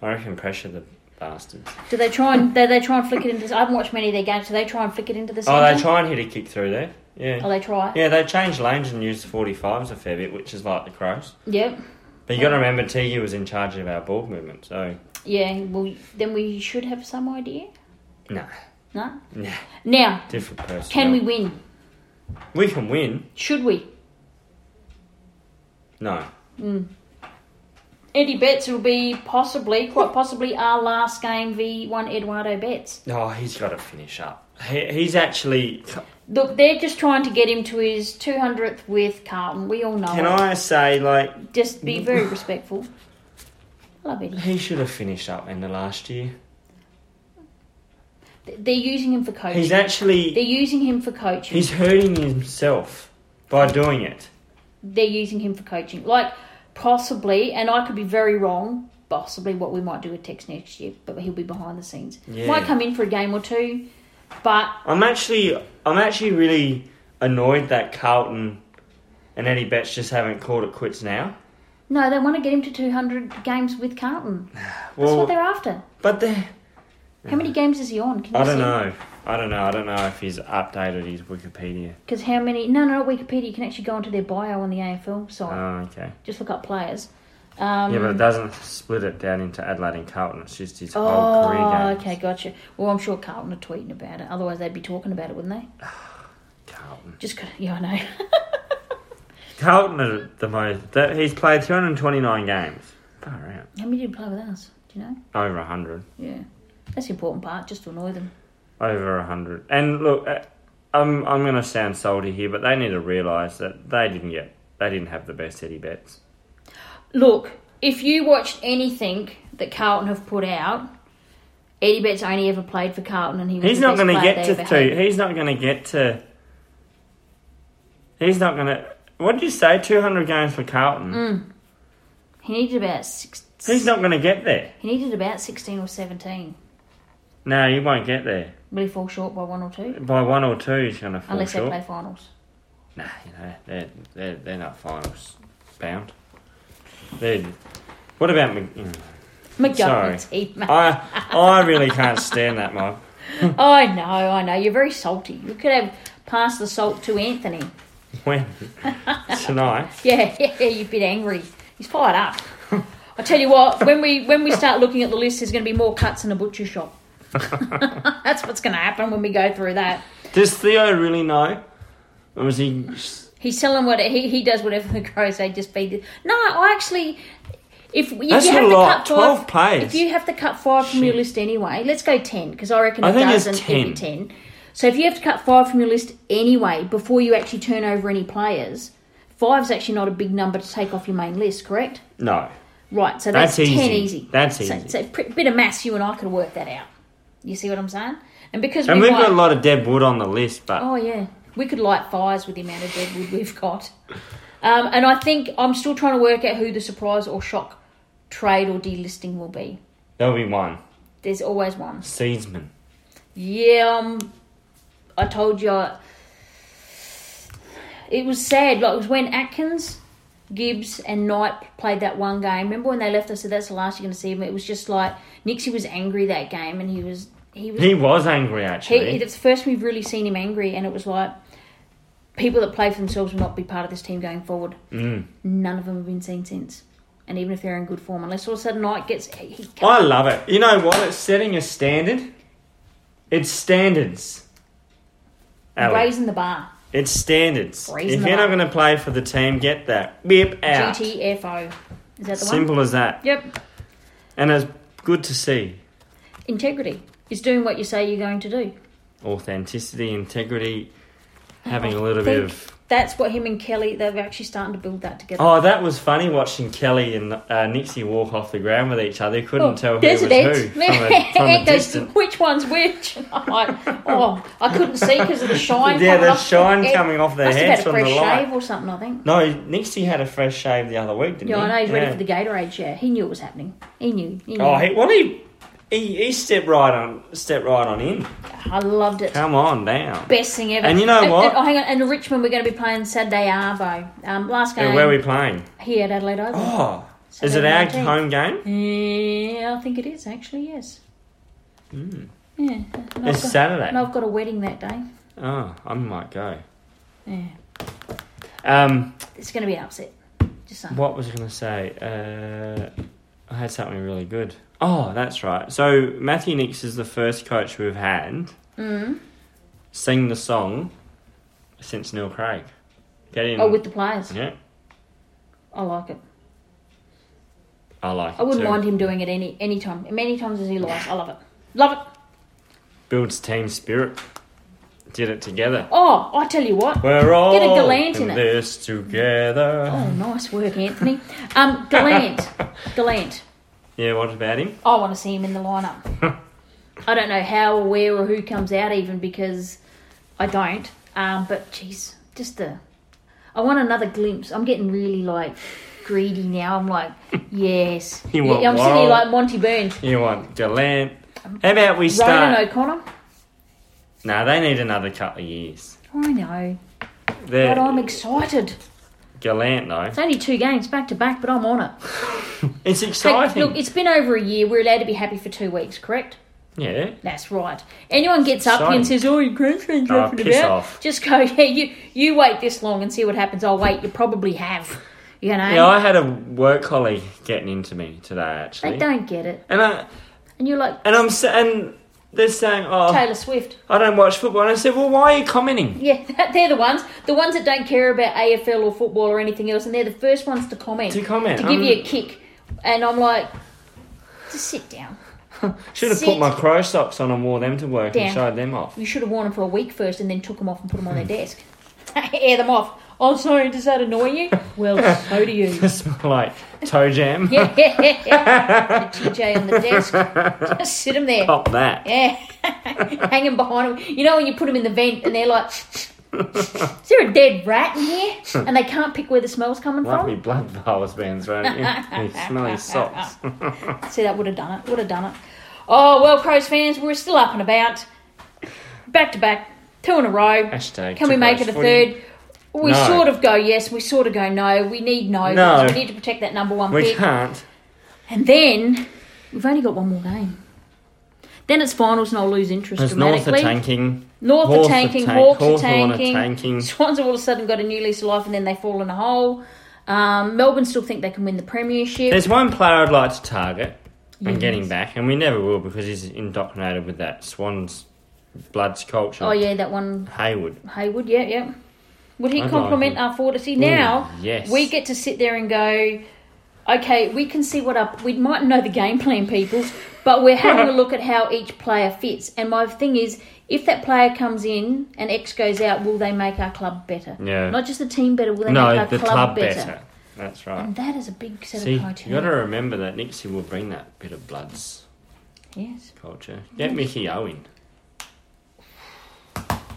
Speaker 2: I reckon pressure the bastards.
Speaker 1: Do they try and do they try and flick it into? I haven't watched many of their games. Do they try and flick it into the?
Speaker 2: Oh, they
Speaker 1: centre?
Speaker 2: try and hit a kick through there. Yeah,
Speaker 1: Oh, they try.
Speaker 2: yeah, they change lanes and use forty fives a fair bit, which is like the crows.
Speaker 1: Yep.
Speaker 2: But you got to
Speaker 1: Oh.
Speaker 2: remember, Teague was in charge of our ball movement, so
Speaker 1: Yeah. Well, then we should have some idea.
Speaker 2: no,
Speaker 1: No.
Speaker 2: nah,
Speaker 1: Now,
Speaker 2: different person.
Speaker 1: can we win?
Speaker 2: We can win.
Speaker 1: Should we?
Speaker 2: No,
Speaker 1: Eddie Betts will be possibly, quite possibly, our last game v one Eduardo Betts.
Speaker 2: no, Oh, he's got to finish up. He, he's actually.
Speaker 1: Look, they're just trying to get him to his 200th with Carlton. We all know
Speaker 2: Can
Speaker 1: it.
Speaker 2: I say like
Speaker 1: Just be very respectful. Love Eddie.
Speaker 2: he should have finished up in the last year?
Speaker 1: They're using him for coaching.
Speaker 2: He's actually
Speaker 1: They're using him for coaching.
Speaker 2: He's hurting himself by doing it.
Speaker 1: They're using him for coaching. Like, possibly, and I could be very wrong, possibly what we might do with Tex next year, but he'll be behind the scenes.
Speaker 2: Yeah.
Speaker 1: Might come in for a game or two, but
Speaker 2: I'm actually, I'm actually really annoyed that Carlton and Eddie Betts just haven't called it quits now.
Speaker 1: No, they want to get him to 200 games with Carlton. That's what
Speaker 2: Well,
Speaker 1: they're after.
Speaker 2: but they,
Speaker 1: How many games is he on? Can you
Speaker 2: I don't know. I don't know. I don't know if he's updated his Wikipedia.
Speaker 1: Because how many? No, no, not Wikipedia. You can actually go onto their bio on the AFL site.
Speaker 2: Oh, okay.
Speaker 1: Just look up players. Um,
Speaker 2: Yeah, but it doesn't split it down into Adelaide and Carlton. It's just his whole
Speaker 1: oh,
Speaker 2: career game.
Speaker 1: okay, gotcha. Well, I'm sure Carlton are tweeting about it. Otherwise, they'd be talking about it, wouldn't they?
Speaker 2: Carlton.
Speaker 1: Just got yeah, I know.
Speaker 2: Carlton are the most. That, he's played 229 games. Far out.
Speaker 1: How many did you play with us? Do you know?
Speaker 2: Over 100.
Speaker 1: Yeah, that's the important part, just to annoy them.
Speaker 2: Over 100. And look, uh, I'm, I'm going to sound salty here, but they need to realise that they didn't get. They didn't have the best Eddie bets.
Speaker 1: Look, if you watched anything that Carlton have put out, Eddie Betts only ever played for Carlton, and he was
Speaker 2: He's
Speaker 1: the
Speaker 2: not
Speaker 1: best
Speaker 2: going to
Speaker 1: player
Speaker 2: get
Speaker 1: they
Speaker 2: to
Speaker 1: ever had.
Speaker 2: two. He's not going to get to. He's not going to. What did you say? 200 games for Carlton.
Speaker 1: Mm. He needed about six.
Speaker 2: He's not going to get there.
Speaker 1: He needed about sixteen or seventeen.
Speaker 2: No, he won't get there.
Speaker 1: Will he fall short by one or two?
Speaker 2: By one or two, he's going to fall
Speaker 1: Unless
Speaker 2: short.
Speaker 1: they play finals.
Speaker 2: Nah, you know, they're, they're, they're not finals bound. They're, what about Mc- mm.
Speaker 1: McDonald's team.
Speaker 2: I I really can't stand that mob.
Speaker 1: I know, I know. You're very salty. You could have passed the salt to Anthony.
Speaker 2: When tonight?
Speaker 1: Yeah, yeah, yeah. You've been angry. He's fired up. I tell you what, when we when we start looking at the list, there's going to be more cuts in a butcher shop. That's what's going to happen when we go through that.
Speaker 2: Does Theo really know? Or was he?
Speaker 1: He's selling what he he does whatever the grows. They just feed. it. No, I actually. If, if
Speaker 2: That's
Speaker 1: you have
Speaker 2: a
Speaker 1: to
Speaker 2: lot.
Speaker 1: cut
Speaker 2: 12
Speaker 1: five,
Speaker 2: plays.
Speaker 1: If you have to cut five from your list anyway, let's go ten because I reckon
Speaker 2: I
Speaker 1: it
Speaker 2: think it's
Speaker 1: does and it'd be
Speaker 2: 10.
Speaker 1: ten. So if you have to cut five from your list anyway before you actually turn over any players, five's actually not a big number to take off your main list, correct?
Speaker 2: No.
Speaker 1: Right, so
Speaker 2: That's
Speaker 1: that's, 10
Speaker 2: easy.
Speaker 1: easy.
Speaker 2: That's
Speaker 1: So-
Speaker 2: easy.
Speaker 1: So, a bit of maths, you and I could work that out. You see what I'm saying? And because
Speaker 2: And
Speaker 1: we
Speaker 2: we've got
Speaker 1: light-
Speaker 2: a lot of dead wood on the list, but
Speaker 1: Oh, yeah. We could light fires with the amount of deadwood we've got. Um, and I think I'm still trying to work out who the surprise or shock trade or delisting will be.
Speaker 2: there'll be one.
Speaker 1: There's always one.
Speaker 2: Seedsman.
Speaker 1: Yeah, um, I told you. I- It was sad. Like it was when Atkins, Gibbs, and Knight played that one game. Remember when they left? I said that's the last you're going to see him. It was just like Nixie was angry that game, and he was he was
Speaker 2: He was angry actually.
Speaker 1: he, it's the first we've really seen him angry, and it was like people that play for themselves will not be part of this team going forward. Mm. None of them have been seen since, and even if they're in good form, unless all of a sudden Knight gets he, he
Speaker 2: I love it. You know what? It's setting a standard. It's standards. Alex.
Speaker 1: raising the bar.
Speaker 2: It's standards.
Speaker 1: Raising
Speaker 2: if
Speaker 1: the
Speaker 2: you're not
Speaker 1: bar.
Speaker 2: going to play for the team, get that. Whip out.
Speaker 1: GTFO is that the one?
Speaker 2: Simple as that.
Speaker 1: Yep.
Speaker 2: And it's good to see
Speaker 1: integrity is doing what you say you're going to do.
Speaker 2: authenticity, integrity, having a little bit
Speaker 1: Think
Speaker 2: of.
Speaker 1: That's what him and Kelly they're actually starting to build that together.
Speaker 2: Oh, that was funny watching Kelly and uh, Nixie walk off the ground with each other. You
Speaker 1: Oh,
Speaker 2: Couldn't tell who
Speaker 1: there's
Speaker 2: was
Speaker 1: an Ed.
Speaker 2: who from a, from a
Speaker 1: Ed goes,
Speaker 2: distance.
Speaker 1: which one's which? And I'm like, oh, I couldn't see because of the shine.
Speaker 2: Yeah,
Speaker 1: coming
Speaker 2: the
Speaker 1: off.
Speaker 2: shine
Speaker 1: Ed
Speaker 2: coming off their
Speaker 1: must
Speaker 2: heads
Speaker 1: have
Speaker 2: from
Speaker 1: had a
Speaker 2: the
Speaker 1: fresh
Speaker 2: light.
Speaker 1: shave or something, I think.
Speaker 2: No, Nixie had a fresh shave the other week, didn't
Speaker 1: Yeah,
Speaker 2: he?
Speaker 1: I know. He's ready
Speaker 2: Yeah.
Speaker 1: for the Gatorade share. He knew it was happening. He knew. He knew.
Speaker 2: Oh, he, well, he, he he stepped right on stepped right on in.
Speaker 1: I loved it.
Speaker 2: Come on down.
Speaker 1: Best thing ever.
Speaker 2: And you know what?
Speaker 1: and- oh, hang on. And Richmond, we're going to be playing Saturday Arvo. Um, last game
Speaker 2: And Uh, where are we playing?
Speaker 1: here at Adelaide Oval.
Speaker 2: Oh, is it our home game?
Speaker 1: Yeah, I think it is actually. Yes. Mm. Yeah. and I've
Speaker 2: Hmm. It's
Speaker 1: got-
Speaker 2: Saturday.
Speaker 1: And I've got a wedding that day.
Speaker 2: Oh, I might go.
Speaker 1: Yeah.
Speaker 2: Um,
Speaker 1: It's going to be an upset. Just saying.
Speaker 2: what was I going to say? Uh, I had something really good. Oh, that's right. So Matthew Nix is the first coach we've had
Speaker 1: Mm.
Speaker 2: sing the song since Neil Craig. Get in.
Speaker 1: Oh, with the players.
Speaker 2: yeah,
Speaker 1: I like it.
Speaker 2: I like.
Speaker 1: I wouldn't
Speaker 2: it too.
Speaker 1: mind him doing it any any time, many times as he likes. I love it. Love it.
Speaker 2: Builds team spirit. Did it together.
Speaker 1: Oh, I tell you what.
Speaker 2: We're all
Speaker 1: Gallant in it.
Speaker 2: this together.
Speaker 1: Oh, nice work, Anthony. Um, Gallant. Gallant.
Speaker 2: Yeah, what about him?
Speaker 1: I want to see him in the lineup. I don't know how or where or who comes out even because I don't. Um, but jeez, just the. I want another glimpse. I'm getting really like greedy now. I'm like, yes.
Speaker 2: You want
Speaker 1: I'm sitting here
Speaker 2: Laurel.
Speaker 1: like Monty Burns,
Speaker 2: You want Gallant. How about we
Speaker 1: Ronan
Speaker 2: start?
Speaker 1: O'Connor.
Speaker 2: No, they need another couple of years.
Speaker 1: I know,
Speaker 2: They're
Speaker 1: but I'm excited.
Speaker 2: Gallant though.
Speaker 1: It's only two games back to back, but I'm on it.
Speaker 2: It's
Speaker 1: Hey,
Speaker 2: exciting.
Speaker 1: look, it's been over a year. We're allowed to be happy for two weeks, correct?
Speaker 2: yeah.
Speaker 1: That's right. Anyone gets up here and
Speaker 2: Exciting.
Speaker 1: says, "Oh, your girlfriend's
Speaker 2: Oh,
Speaker 1: dropping
Speaker 2: piss
Speaker 1: about,"
Speaker 2: off.
Speaker 1: just go, "Yeah, you you wait this long and see what happens." I'll wait. You probably have. You know,
Speaker 2: Yeah, I had a work colleague getting into me
Speaker 1: they
Speaker 2: today actually,
Speaker 1: don't get it.
Speaker 2: and I
Speaker 1: And you're like
Speaker 2: and I'm s- and they're saying, "Oh,
Speaker 1: Taylor Swift.
Speaker 2: I don't watch football," and I said, "Well, why are you commenting?"
Speaker 1: Yeah, they're the ones. The ones that don't care about AFL or football or anything else, and they're the first ones to comment.
Speaker 2: To comment,
Speaker 1: To give
Speaker 2: um,
Speaker 1: you a kick. And I'm like, just sit down.
Speaker 2: Should have
Speaker 1: Sit.
Speaker 2: put my crow socks on and wore them to work
Speaker 1: Down.
Speaker 2: and showed them off.
Speaker 1: You should have worn them for a week first and then took them off and put them
Speaker 2: Hmm.
Speaker 1: on their desk. Air them off. Oh, sorry, does that annoy you? Well, so do you.
Speaker 2: Just like toe jam.
Speaker 1: Yeah. the TJ on the desk. Just sit them there.
Speaker 2: Pop that.
Speaker 1: Yeah. Hanging behind them. You know when you put them in the vent and they're like, is there a dead rat in here? And they can't pick where the smell's coming
Speaker 2: Lovely
Speaker 1: from.
Speaker 2: blood vials being thrown at you. you smelly socks.
Speaker 1: See, that would have done it. Would have done it. Oh, well, Crows fans, we're still up and about. Back to back. Two in a row.
Speaker 2: Hashtag.
Speaker 1: Can we make it a third? We
Speaker 2: No.
Speaker 1: sort of go yes, we sort of go no. We need no,
Speaker 2: No.
Speaker 1: because we need to protect that number one
Speaker 2: We
Speaker 1: pick.
Speaker 2: can't.
Speaker 1: And then we've only got one more game. Then it's finals and I'll lose interest
Speaker 2: There's North are
Speaker 1: dramatically.
Speaker 2: tanking.
Speaker 1: North
Speaker 2: Hawthorn
Speaker 1: are tanking,
Speaker 2: tank-
Speaker 1: Hawks are
Speaker 2: Hawthorn are
Speaker 1: tanking.
Speaker 2: tanking.
Speaker 1: Swans have all of a sudden got a new lease of life and then they fall in a hole. Um, Melbourne still think they can win the premiership.
Speaker 2: There's one player I'd like to target. I'm
Speaker 1: Yes.
Speaker 2: getting back, and we never will because he's indoctrinated with that Swans Bloods culture.
Speaker 1: oh yeah, that one
Speaker 2: Hayward.
Speaker 1: Hayward, yeah, yeah. Would he
Speaker 2: I'd like Mm.
Speaker 1: compliment
Speaker 2: him.
Speaker 1: our forward? See now
Speaker 2: yes.
Speaker 1: we get to sit there and go, okay, we can see what up. We might know the game plan, people, but we're having a look at how each player fits. And my thing is, if that player comes in and X goes out, will they make our club better?
Speaker 2: Yeah.
Speaker 1: Not just the team better. Will they make
Speaker 2: No,
Speaker 1: our
Speaker 2: the
Speaker 1: club, better?
Speaker 2: That's right.
Speaker 1: And that is a big set of
Speaker 2: See, you got
Speaker 1: criteria.
Speaker 2: to remember that Nixie will bring that bit of Bloods
Speaker 1: Yes.
Speaker 2: culture. Get Mickey Owen.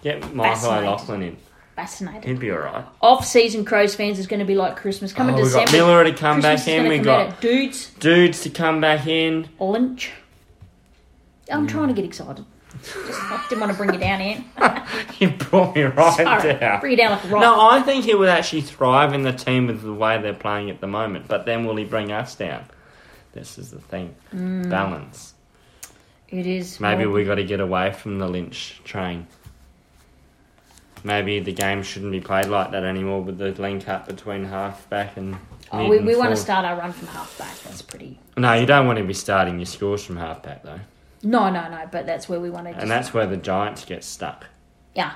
Speaker 2: Get Michael
Speaker 1: Fascinating.
Speaker 2: O'Loughlin in.
Speaker 1: Fascinating.
Speaker 2: He'd be all right.
Speaker 1: Off-season Crows fans is going to be like Christmas. Coming
Speaker 2: Oh, we
Speaker 1: December,
Speaker 2: got Miller to come
Speaker 1: Christmas
Speaker 2: back
Speaker 1: is
Speaker 2: in.
Speaker 1: gonna
Speaker 2: We
Speaker 1: come
Speaker 2: got
Speaker 1: out. dudes.
Speaker 2: dudes to come back in.
Speaker 1: Lynch. I'm trying to get excited. Just I didn't want to bring you down, Ant.
Speaker 2: You brought me right
Speaker 1: Sorry.
Speaker 2: down.
Speaker 1: Bring you down like a rock.
Speaker 2: No, I think he would actually thrive in the team with the way they're playing at the moment. But then will he bring us down? This is the thing.
Speaker 1: Mm.
Speaker 2: Balance.
Speaker 1: It is.
Speaker 2: Maybe
Speaker 1: well,
Speaker 2: we got to get away from the Lynch train. Maybe the game shouldn't be played like that anymore with the link up between half back and.
Speaker 1: Oh,
Speaker 2: mid
Speaker 1: we
Speaker 2: and
Speaker 1: we want to
Speaker 2: forward.
Speaker 1: start our run from half back. That's pretty.
Speaker 2: No, you don't want to be starting your scores from half back though,
Speaker 1: No, no, no. But that's where we want to. Just,
Speaker 2: and that's where the Giants get stuck.
Speaker 1: yeah.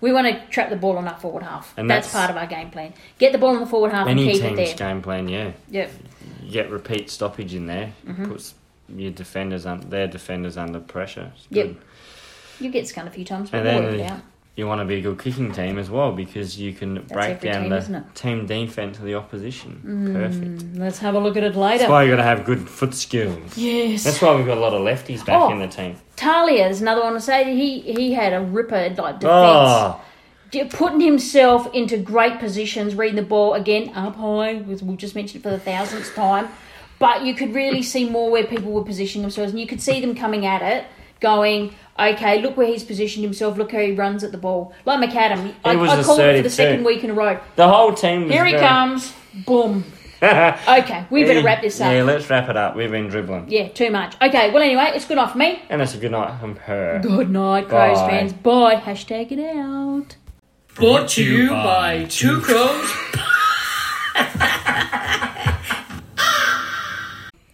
Speaker 1: We want to trap the ball on our forward half.
Speaker 2: And
Speaker 1: that's,
Speaker 2: that's-
Speaker 1: part of our game plan. Get the ball in the forward half
Speaker 2: Any
Speaker 1: and keep
Speaker 2: team's
Speaker 1: it there.
Speaker 2: game plan, yeah.
Speaker 1: Yep.
Speaker 2: You get repeat stoppage in there,
Speaker 1: Mm-hmm.
Speaker 2: puts your defenders un- their defenders under pressure. It's
Speaker 1: Yep.
Speaker 2: good.
Speaker 1: You get scunned a few times, but
Speaker 2: And
Speaker 1: we'll work it
Speaker 2: then
Speaker 1: out.
Speaker 2: you want to be a good kicking team as well because you can break
Speaker 1: every
Speaker 2: down
Speaker 1: team,
Speaker 2: the
Speaker 1: isn't it? Mm.
Speaker 2: team defense of the opposition. Perfect.
Speaker 1: Let's have a look at it later.
Speaker 2: That's why you got to have good foot skills.
Speaker 1: yes.
Speaker 2: That's why we've got a lot of lefties back
Speaker 1: Oh.
Speaker 2: in the team.
Speaker 1: Talia is another one to say that he he had a ripper like defense.
Speaker 2: Oh,
Speaker 1: J- putting himself into great positions, reading the ball again up high. as We'll just mention it for the thousandth time, but you could really see more where people were positioning themselves, and you could see them coming at it, going, "Okay, look where he's positioned himself. Look how he runs at the ball." Like McAdam, I,
Speaker 2: He was
Speaker 1: I call it for
Speaker 2: assertive
Speaker 1: the
Speaker 2: too.
Speaker 1: second week in a row.
Speaker 2: the whole team. Was
Speaker 1: Here he
Speaker 2: very-
Speaker 1: comes, boom. okay, we better wrap this
Speaker 2: Yeah,
Speaker 1: up.
Speaker 2: let's wrap it up. We've been dribbling,
Speaker 1: Yeah, too much. Okay, well anyway, it's good enough for me.
Speaker 2: and that's a good night from her.
Speaker 1: Good night, Crows
Speaker 2: Bye.
Speaker 1: fans. Bye. Hashtag it out.
Speaker 3: Brought to you by Two Crows